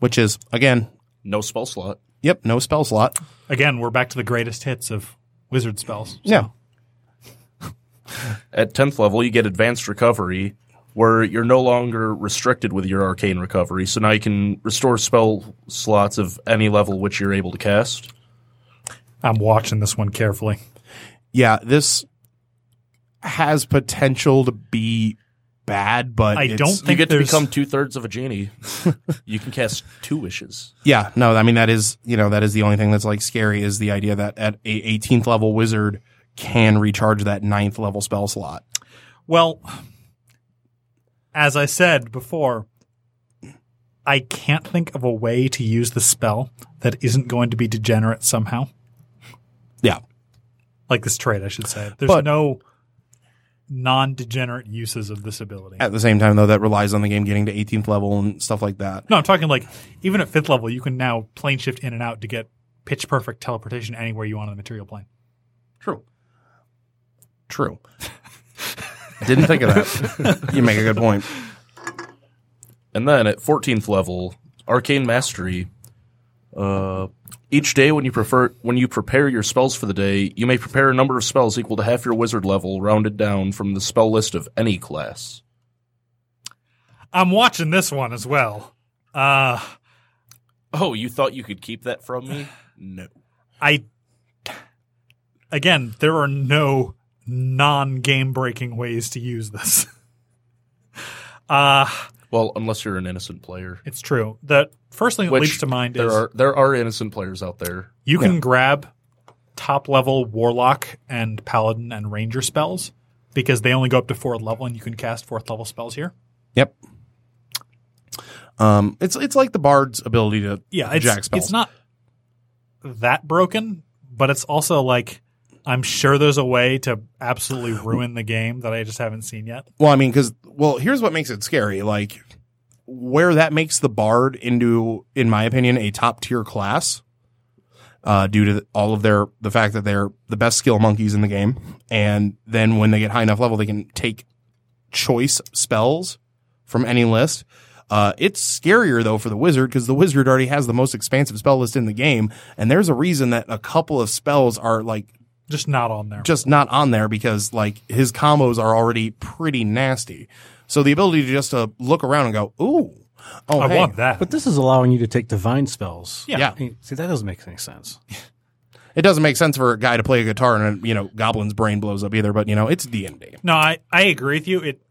Which is, again,
No spell slot.
yep, no spell slot.
Again, we're back to the greatest hits of wizard spells. So
Yeah.
At 10th level, you get advanced recovery, where you're no longer restricted with your arcane recovery. So now you can restore spell slots of any level which you're able to cast.
I'm watching this one carefully.
Yeah, this has potential to be bad, but
I
it's-
don't
You
think
get to
there's-
become two thirds of
*laughs*
a genie. you can cast two wishes.
Yeah, no, I mean that is you know that is the only thing that's like scary is the idea that at a 18th level wizard can recharge that ninth level spell slot.
Well, as I said before, I can't think of a way to use the spell that isn't going to be degenerate somehow.
Yeah,
Like this trait, I should say. There's
But-
no non-degenerate uses of this ability.
at the same time though, that relies on the game getting to 18th level and stuff like that.
No, I'm talking like even at fifth level, you can now plane shift in and out to get pitch perfect teleportation anywhere you want on the material plane.
True. True. Didn't think of that. *laughs* you make a good point.
And then at 14th level, Arcane Mastery. Uh, each day when you prefer when you prepare your spells for the day, you may prepare a number of spells equal to half your wizard level rounded down from the spell list of any class.
I'm watching this one as well. Uh,
Oh, you thought you could keep that from *sighs* me? No.
I again, there are no non-game breaking ways to use this. *laughs* Uh
Well, unless you're an innocent player.
it's true. The first thing that
Which
leaps to mind
There
is
are there are innocent players out there.
you can grab top level warlock and paladin and ranger spells because they only go up to fourth level and you can cast fourth level spells here.
Yep. Um, it's it's like the bard's ability to
Yeah, it's
jack spells.
it's not that broken, but it's also like I'm sure there's a way to absolutely ruin the game that I just haven't seen yet.
Well, I mean, because well, here's what makes it scary. Like where that makes the bard into, in my opinion, a top tier class, uh, due to all of their the fact that they're the best skill monkeys in the game, and then when they get high enough level, they can take choice spells from any list. Uh, it's scarier though for the wizard because the wizard already has the most expansive spell list in the game, and there's a reason that a couple of spells are like
Just not on there.
just not on there because like his combos are already pretty nasty. So the ability to just uh, look around and go, "Ooh, oh,
I
hey."
want that.
But this is allowing you to take divine spells.
Yeah.
Yeah,
See, that doesn't make any sense.
it doesn't make sense for a guy to play a guitar and you know Goblin's brain blows up either. But you know it's D and D.
No, I, I agree with you. It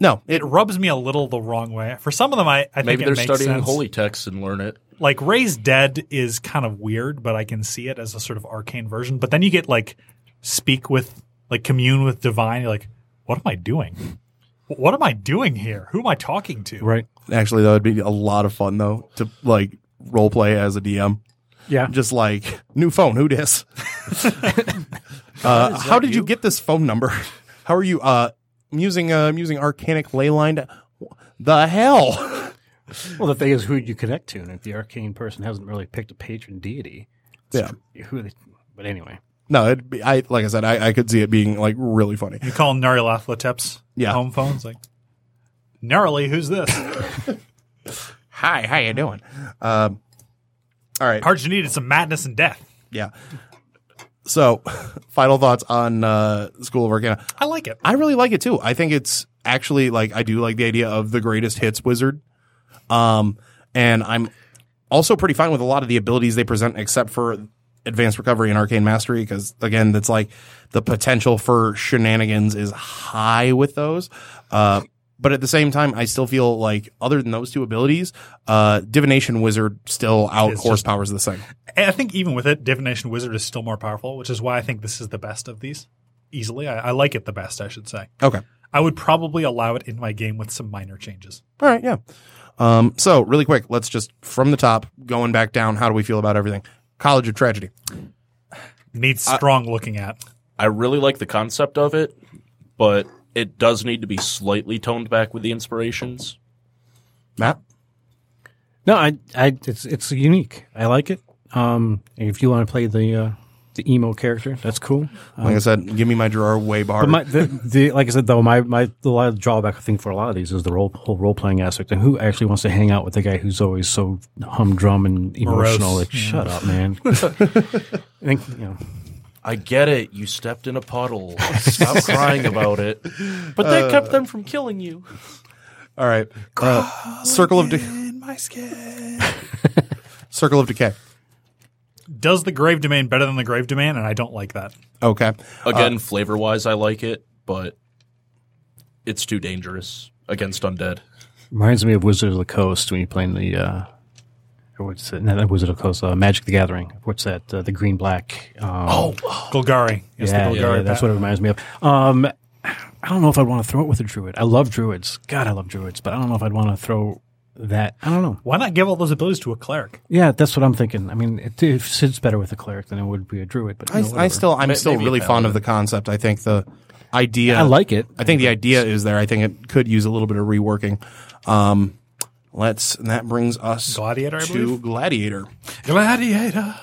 No, it
it rubs me a little the wrong way. For some of them, I, I think
Maybe
it
they're
makes
studying
sense.
holy texts and learn it.
Like Ray's Dead is kind of weird, but I can see it as a sort of arcane version. But then you get like speak with, like commune with divine. You're like, what am I doing? What am I doing here? Who am I talking to?
Right.
actually though it'd be a lot of fun though to like role play as a DM.
Yeah.
Just like new phone, who dis? uh, how did you? get this phone number? *laughs* How are you? Uh, I'm using uh, I'm using arcanic ley line. To, the hell. *laughs*
Well, the thing is who you connect to. And if the arcane person hasn't really picked a patron deity,
Yeah.
who they, but anyway.
No, it'd be, I like I said, I, I could see it being like really funny.
You call Nyarlathotep's
Yeah.
home phone. It's like, Gnarly, who's this?
Hi, how you doing? Um, all right,
Heard you needed some madness and death.
yeah. So, *laughs* final thoughts on uh, School of Arcana.
I like it.
I really like it too. I think it's actually like I do like the idea of the greatest hits wizard. Um, and I'm also pretty fine with a lot of the abilities they present, except for advanced recovery and arcane mastery, because again, that's like the potential for shenanigans is high with those. Uh, but at the same time, I still feel like other than those two abilities, uh, divination wizard still out
It's
horse powers this thing.
And I think even with it, Divination Wizard is still more powerful, which is why I think this is the best of these. Easily, I, I like it the best, I should say.
Okay.
I would probably allow it in my game with some minor changes.
All right, yeah. Um, so really quick, let's just from the top going back down. How do we feel about everything? College of Tragedy.
Needs strong looking at.
I really like the concept of it, but it does need to be slightly toned back with the inspirations.
Matt.
No, I, I, it's, it's unique. I like it. Um, and if you want to play the, uh, the emo character. That's cool.
Like I said, give me my Gerard Way bar.
But my, the, the, like I said, though, my, my the lot of drawback I think for a lot of these is the role whole role playing aspect, and who actually wants to hang out with the guy who's always so humdrum and emotional?
Morose.
Like, shut up, man. I think you know.
I get it. You stepped in a puddle.
*laughs*
Stop crying about it. But that
Uh,
kept them from killing you.
All right. Uh, Circle of De-
My skin.
*laughs* Circle of Decay.
Does the grave domain better than the grave domain? And I don't like that.
Okay.
Again,
uh,
flavor wise, I like it, but it's too dangerous against undead.
Reminds me of Wizard of the Coast when you're playing the uh, or what's it? Not that Wizard of the Coast, uh, Magic the Gathering. What's that? Uh, the green black. Um, oh,
Golgari. Yes,
yeah,
the
yeah,
Golgari.
that's
path.
what it reminds me of. Um, I don't know if I'd want to throw it with a druid. I love druids. God, I love druids, but I don't know if I'd want to throw that. I don't know.
Why not give all those abilities to a cleric?
Yeah, that's what I'm thinking. I mean, it, it sits better with a cleric than it would be a druid. But you
I,
know,
I
whatever.
still, I'm
May-
still
maybe
really
a
fond of the concept. I think the idea.
I like it.
I think the idea is there. I think it could use a little bit of reworking. Um, let's. And that brings us
Gladiator, I
to
believe?
Gladiator.
Gladiator.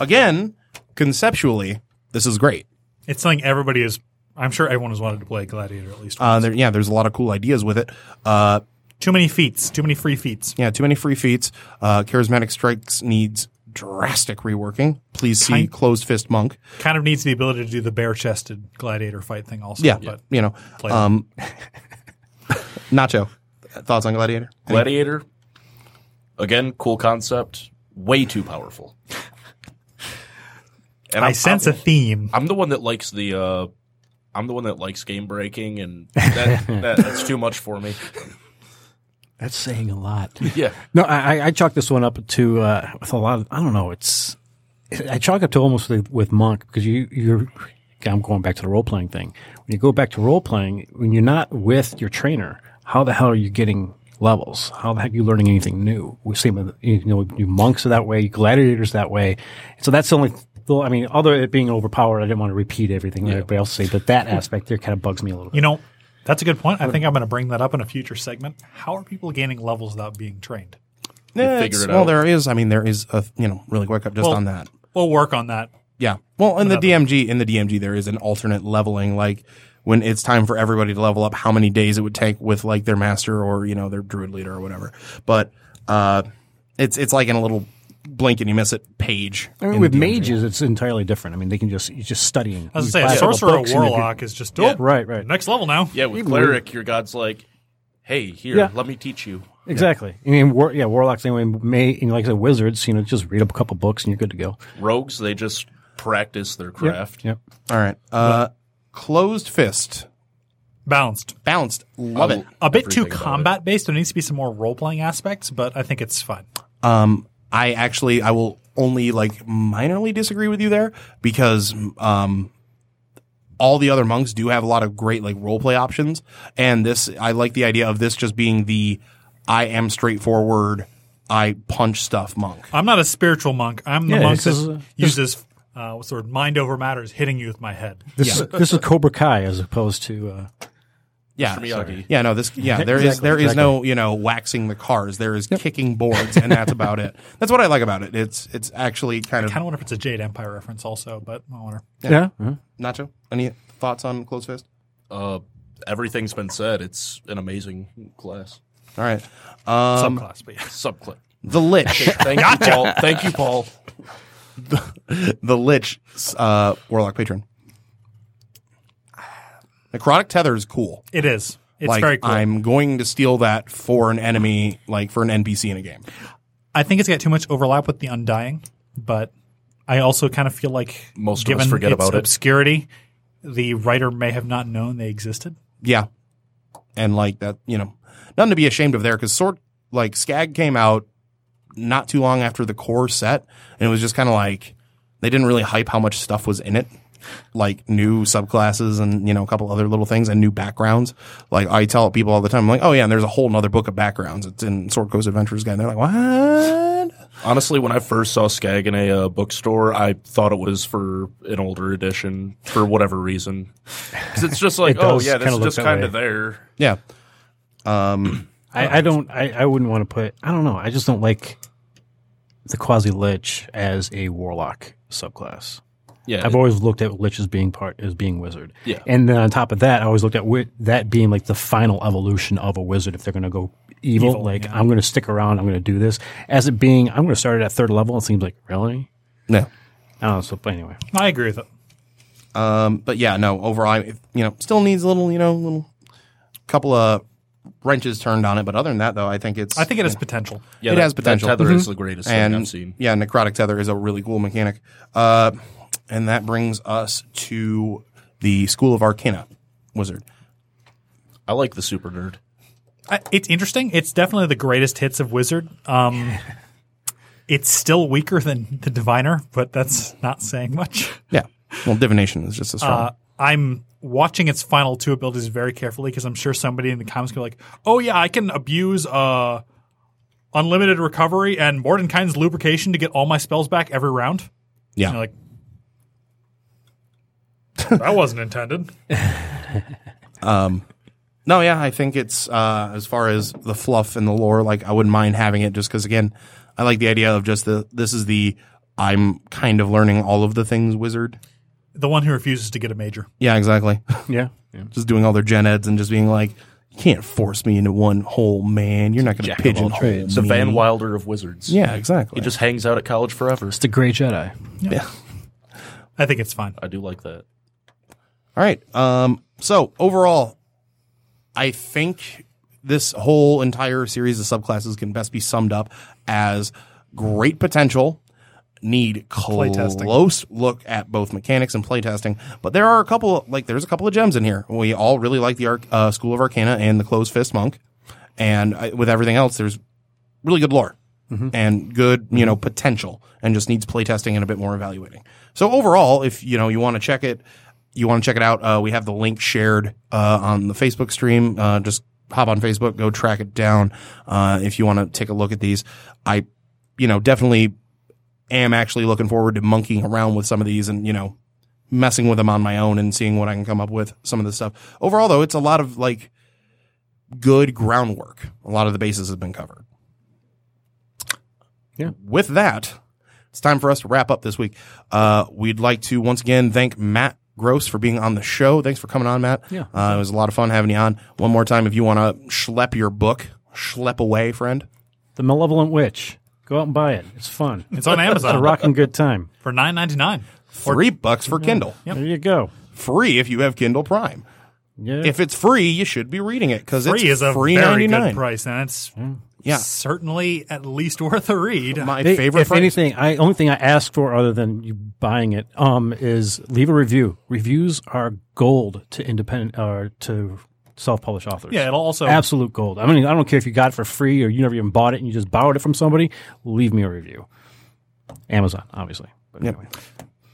Again, conceptually, this is great.
It's something everybody is. I'm sure everyone has wanted to play Gladiator at least.
Uh, there, yeah, there's a lot of cool ideas with it. Uh,
too many feats. Too many free feats.
yeah, too many free feats. Uh, charismatic strikes needs drastic reworking. Please see
Kind-
closed fist monk.
Kind of needs the ability to do the bare chested Gladiator fight thing also.
Yeah,
But
you know,
Play it.
um, *laughs* Nacho, thoughts on Gladiator?
Gladiator, again, cool concept, way too powerful. And
I sense a theme.
I'm the one that likes the. Uh, I'm the one that likes game breaking, and that, that, that's too much for me.
That's saying a
*laughs*
lot.
Yeah,
No, I, I- I chalk this one up to uh, with a lot of I don't know. It's I chalk up to almost with, with monk because you you're. I'm going back to the role playing thing. When you go back to role playing, when you're not with your trainer, how the hell are you getting levels? How the heck are you learning anything new? We see you know you monks are that way, gladiators that way. So that's the only. Well, I mean, other than it being overpowered, I didn't want to repeat everything that everybody else said, but that aspect there kind of bugs me a little bit.
You know, that's a good point. I think I'm going to bring that up in a future segment. How are people gaining levels without being trained?
Yeah,
figure
it's-
it
well,
out.
there is. I mean, there is a you know really quick up just
Well-
on that.
We'll work on that.
Yeah. Well, in the DMG, in the DMG, there is an alternate leveling. Like when it's time for everybody to level up, how many days it would take with like their master or you know their druid leader or whatever. But uh, it's it's like in a little blink and you miss it page.
I mean,
in
with
the DMG.
mages, it's entirely different. I mean, they can just you're just studying.
I was
You
going to say,
buy a
a
couple
sorcerer
books and you
warlock is just dope.
Oh, Right, right.
Next level now.
yeah. With cleric, your god's like, "Hey, here,
Yeah.
let me teach you."
Exactly. I mean, war, yeah, warlocks anyway. May and like I said, wizards. You know, just read up a couple books and you're good to go.
Rogues, they just practice their craft.
Yep.
All right. Uh, closed fist,
Balanced.
balanced.
Oh.
Love it.
A bit too
Everything about it.
combat based. There needs to be some more role playing aspects, but I think it's fun.
Um, I actually I will only like minorly disagree with you there because um, all the other monks do have a lot of great like role play options, and this I like the idea of this just being the I am straightforward, I punch stuff monk.
I'm not a spiritual monk. I'm the
Yeah,
monk
this is
that
a-
uses uh, what's the word? Mind over matter is hitting you with my head.
This is this is Cobra Kai as opposed to uh,
Yeah,
Miyagi.
sorry. yeah, no, this
*laughs*
yeah there is
Exactly,
there is no you know waxing the cars. There is kicking boards, and that's about it. That's what I like about it. It's it's actually kind of
Kind of wonder if it's a Jade Empire reference also, but oh, I wonder.
yeah.
Nacho. Any thoughts on closed fist?
Uh, everything's been said. It's an amazing class.
All right, um,
Subclass, but yeah.
Subclass.
the lich.
Thank you,
*laughs*
Paul. Thank you, Paul.
the Lich uh, Warlock Patron. Necrotic Tether is cool.
It is. It's
like,
very cool. i
I'm going to steal that for an enemy, like for an NPC in a game.
think it's got too much overlap with the Undying, but I also kind of feel like
Most of us
given
forget
its
about it.
obscurity, the writer may have not known they existed.
Yeah. And like that, you know, nothing to be ashamed of there because sort like Skag came out not too long after the core set, and it was just kind of like they didn't really hype how much stuff was in it, like new subclasses and you know a couple other little things and new backgrounds. Like I tell people all the time, like, oh yeah, and there's a whole nother book of backgrounds. It's in Sword Coast Adventures guide. And they're like, what?
Honestly, when I first saw Skag in a uh, bookstore, I thought it was for an older edition for whatever reason. 'Cause it's just like,
It
oh
does
yeah, this
kinda
is
look
just
that
kind of
way.
there.
Yeah,
I, I don't. I, I wouldn't want to put. I don't know. I just don't like the quasi lich as a warlock subclass.
Yeah,
I've always looked at lich as being part as being wizard.
Yeah.
And then on top of that, I always looked at wi- that being like the final evolution of a wizard. If they're going to go evil,
Evil,
like I'm going to stick around, I'm going to do this. As it being, I'm going to start it at third level. It seems like really.
No.
I don't know. So but anyway,
I agree with it.
Um, but yeah, no, overall, I- if, you know, still needs a little, you know, little couple of wrenches turned on it. But other than that, though, I think it's.
I think it has potential.
yeah,
it
that-
has
that
potential.
tether is the greatest thing I've seen.
Yeah, necrotic tether is a really cool mechanic. Uh, and that brings us to the School of Arcana wizard.
I like the super nerd.
I, it's interesting. It's definitely the greatest hits of Wizard. Um,
*laughs*
it's still weaker than the Diviner, but that's not saying much.
Yeah. Well, divination is just as strong.
Uh, I'm watching its final two abilities very carefully because I'm sure somebody in the comments can be like, "Oh yeah, I can abuse uh, unlimited recovery and Mordenkind's lubrication to get all my spells back every round."
yeah.
And you're like, *laughs* that wasn't intended.
No, yeah, I think it's uh, as far as the fluff and the lore. Like, I wouldn't mind having it just because, again, I like the idea of just the this is the I'm kind of learning all of the things wizard.
The one who refuses to get a major.
Yeah, exactly. *laughs*
yeah.
just doing all their gen eds and just being like, you can't force me into one hole, man. You're not going to pigeonhole
It's the
me.
Van Wilder of wizards.
yeah, exactly.
He just hangs out at college forever.
It's the Gray Jedi.
yeah.
I think it's fine.
I do like that.
All right. Um, so overall, I think this whole entire series of subclasses can best be summed up as great potential. Need
Playtesting.
close look at both mechanics and playtesting, but there are a couple like there's a couple of gems in here. We all really like the Arc, uh, School of Arcana and the Closed Fist Monk, and uh, with everything else, there's really good lore Mm-hmm. and good, you know, potential and just needs playtesting and a bit more evaluating. So overall, if you know you want to check it, you want to check it out, uh, we have the link shared uh, on the Facebook stream. Uh, just hop on Facebook, go track it down. Uh, if you want to take a look at these, I, you know, definitely am actually looking forward to monkeying around with some of these and you know messing with them on my own and seeing what I can come up with some of this stuff. Overall though, it's a lot of like good groundwork. A lot of the bases have been covered.
Yeah.
With that, it's time for us to wrap up this week. Uh, we'd like to once again thank Matt Gross for being on the show. Thanks for coming on, Matt.
Yeah.
Uh, it was a lot of fun having you on. One more time, if you want to schlep your book, schlep away, friend.
The Malevolent Witch. Go out and buy it. It's fun.
It's on
It's a
*laughs*
Amazon
rocking good time.
for nine ninety nine.
Three bucks for Kindle.
There you go.
Free if you have Kindle Prime.
Yeah.
If it's free, you should be reading it because it's
Free is a
free
very
99.
good price, and it's
Yeah.
certainly at least worth a read.
My
They-
favorite
if
phrase.
anything i only thing i ask for other than you buying it um is leave a review reviews are gold to independent or to self-published authors
yeah, it'll also
absolute gold i mean i don't care if you got it for free or you never even bought it and you just borrowed it from somebody leave me a review amazon obviously but
Yep.
anyway.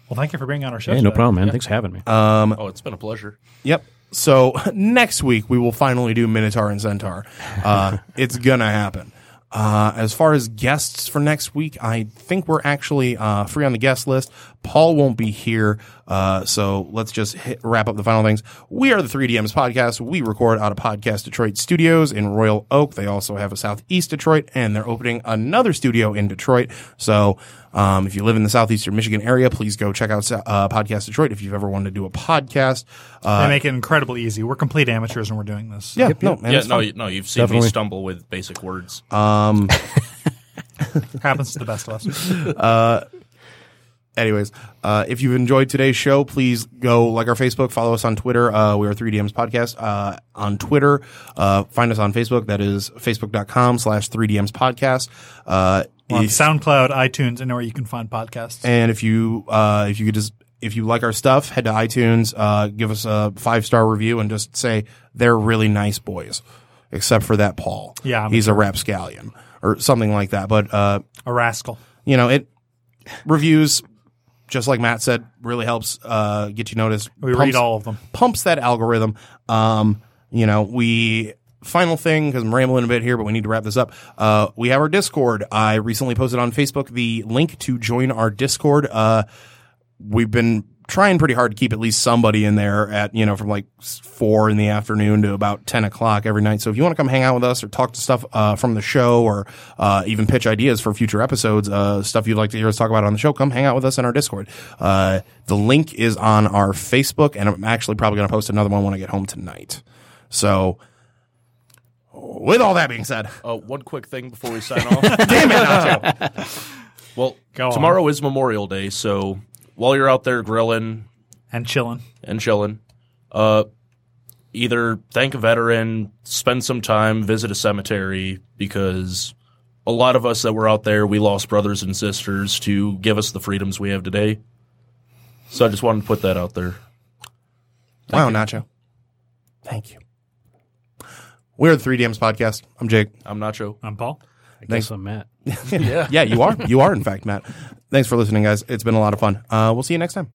Well, thank you for being on our show.
hey no
today.
problem man thanks for having me
Uh,
Oh, it's been a pleasure.
Yep. So *laughs* next week we will finally do Minotaur and Centaur. Uh, it's gonna happen. Uh, as far as guests for next week, I think we're actually uh, free on the guest list. Paul won't be here, uh, so let's just hit, wrap up the final things. We are the 3DMs podcast. We record out of Podcast Detroit Studios in Royal Oak. They also have a Southeast Detroit, and they're opening another studio in Detroit. So um, if you live in the Southeastern Michigan area, please go check out uh, Podcast Detroit if you've ever wanted to do a podcast. Uh,
They make it incredibly easy. We're complete amateurs when we're doing this.
yeah, no, man,
yeah,
it's
no,
fun.
you, no, you've seen
Definitely.
me stumble with basic words.
happens to the best of
*laughs*
us.
Anyways, uh, if you've enjoyed today's show, please go like our Facebook, follow us on Twitter. Uh, we are 3DMs Podcast uh, on Twitter. Uh, find us on Facebook. That is facebook.com slash 3DMs Podcast. Uh,
On
if-
SoundCloud, iTunes, anywhere you can find podcasts.
and if you uh, if you could just if you like our stuff, head to iTunes, uh, give us a five star review, and just say they're really nice boys, except for that Paul.
Yeah, I'm
he's a rapscallion or something like that. But uh,
a rascal.
you know it reviews just like matt said really helps uh, get you noticed
We read all of them.
pumps that algorithm um, you know we final thing because i'm rambling a bit here but we need to wrap this up uh, we have our discord i recently posted on facebook the link to join our discord uh, we've been trying pretty hard to keep at least somebody in there at you know from like s- four in the afternoon to about ten o'clock every night. So if you want to come hang out with us or talk to stuff uh, from the show or uh, even pitch ideas for future episodes, uh, stuff you'd like to hear us talk about on the show, come hang out with us in our Discord. Uh, the link is on our Facebook, and I'm actually probably going to post another one when I get home tonight. So. With all that being said,
Uh, one quick thing before we sign off.
damn
*laughs*
it, Nacho.
well,
Go on.
tomorrow is Memorial Day, so while you're out there grilling
and chilling.
and chilling, uh, either thank a veteran, spend some time, visit a cemetery, because a lot of us that were out there, we lost brothers and sisters to give us the freedoms we have today. So I just wanted to put that out there.
Wow, Nacho. Thank you. We're the 3DMs podcast. I'm Jake.
I'm Nacho.
I'm Paul.
I guess I'm Matt.
Yeah.
Yeah, you are. You are, in fact, Matt. Thanks for listening, guys. It's been a lot of fun. Uh, we'll see you next time.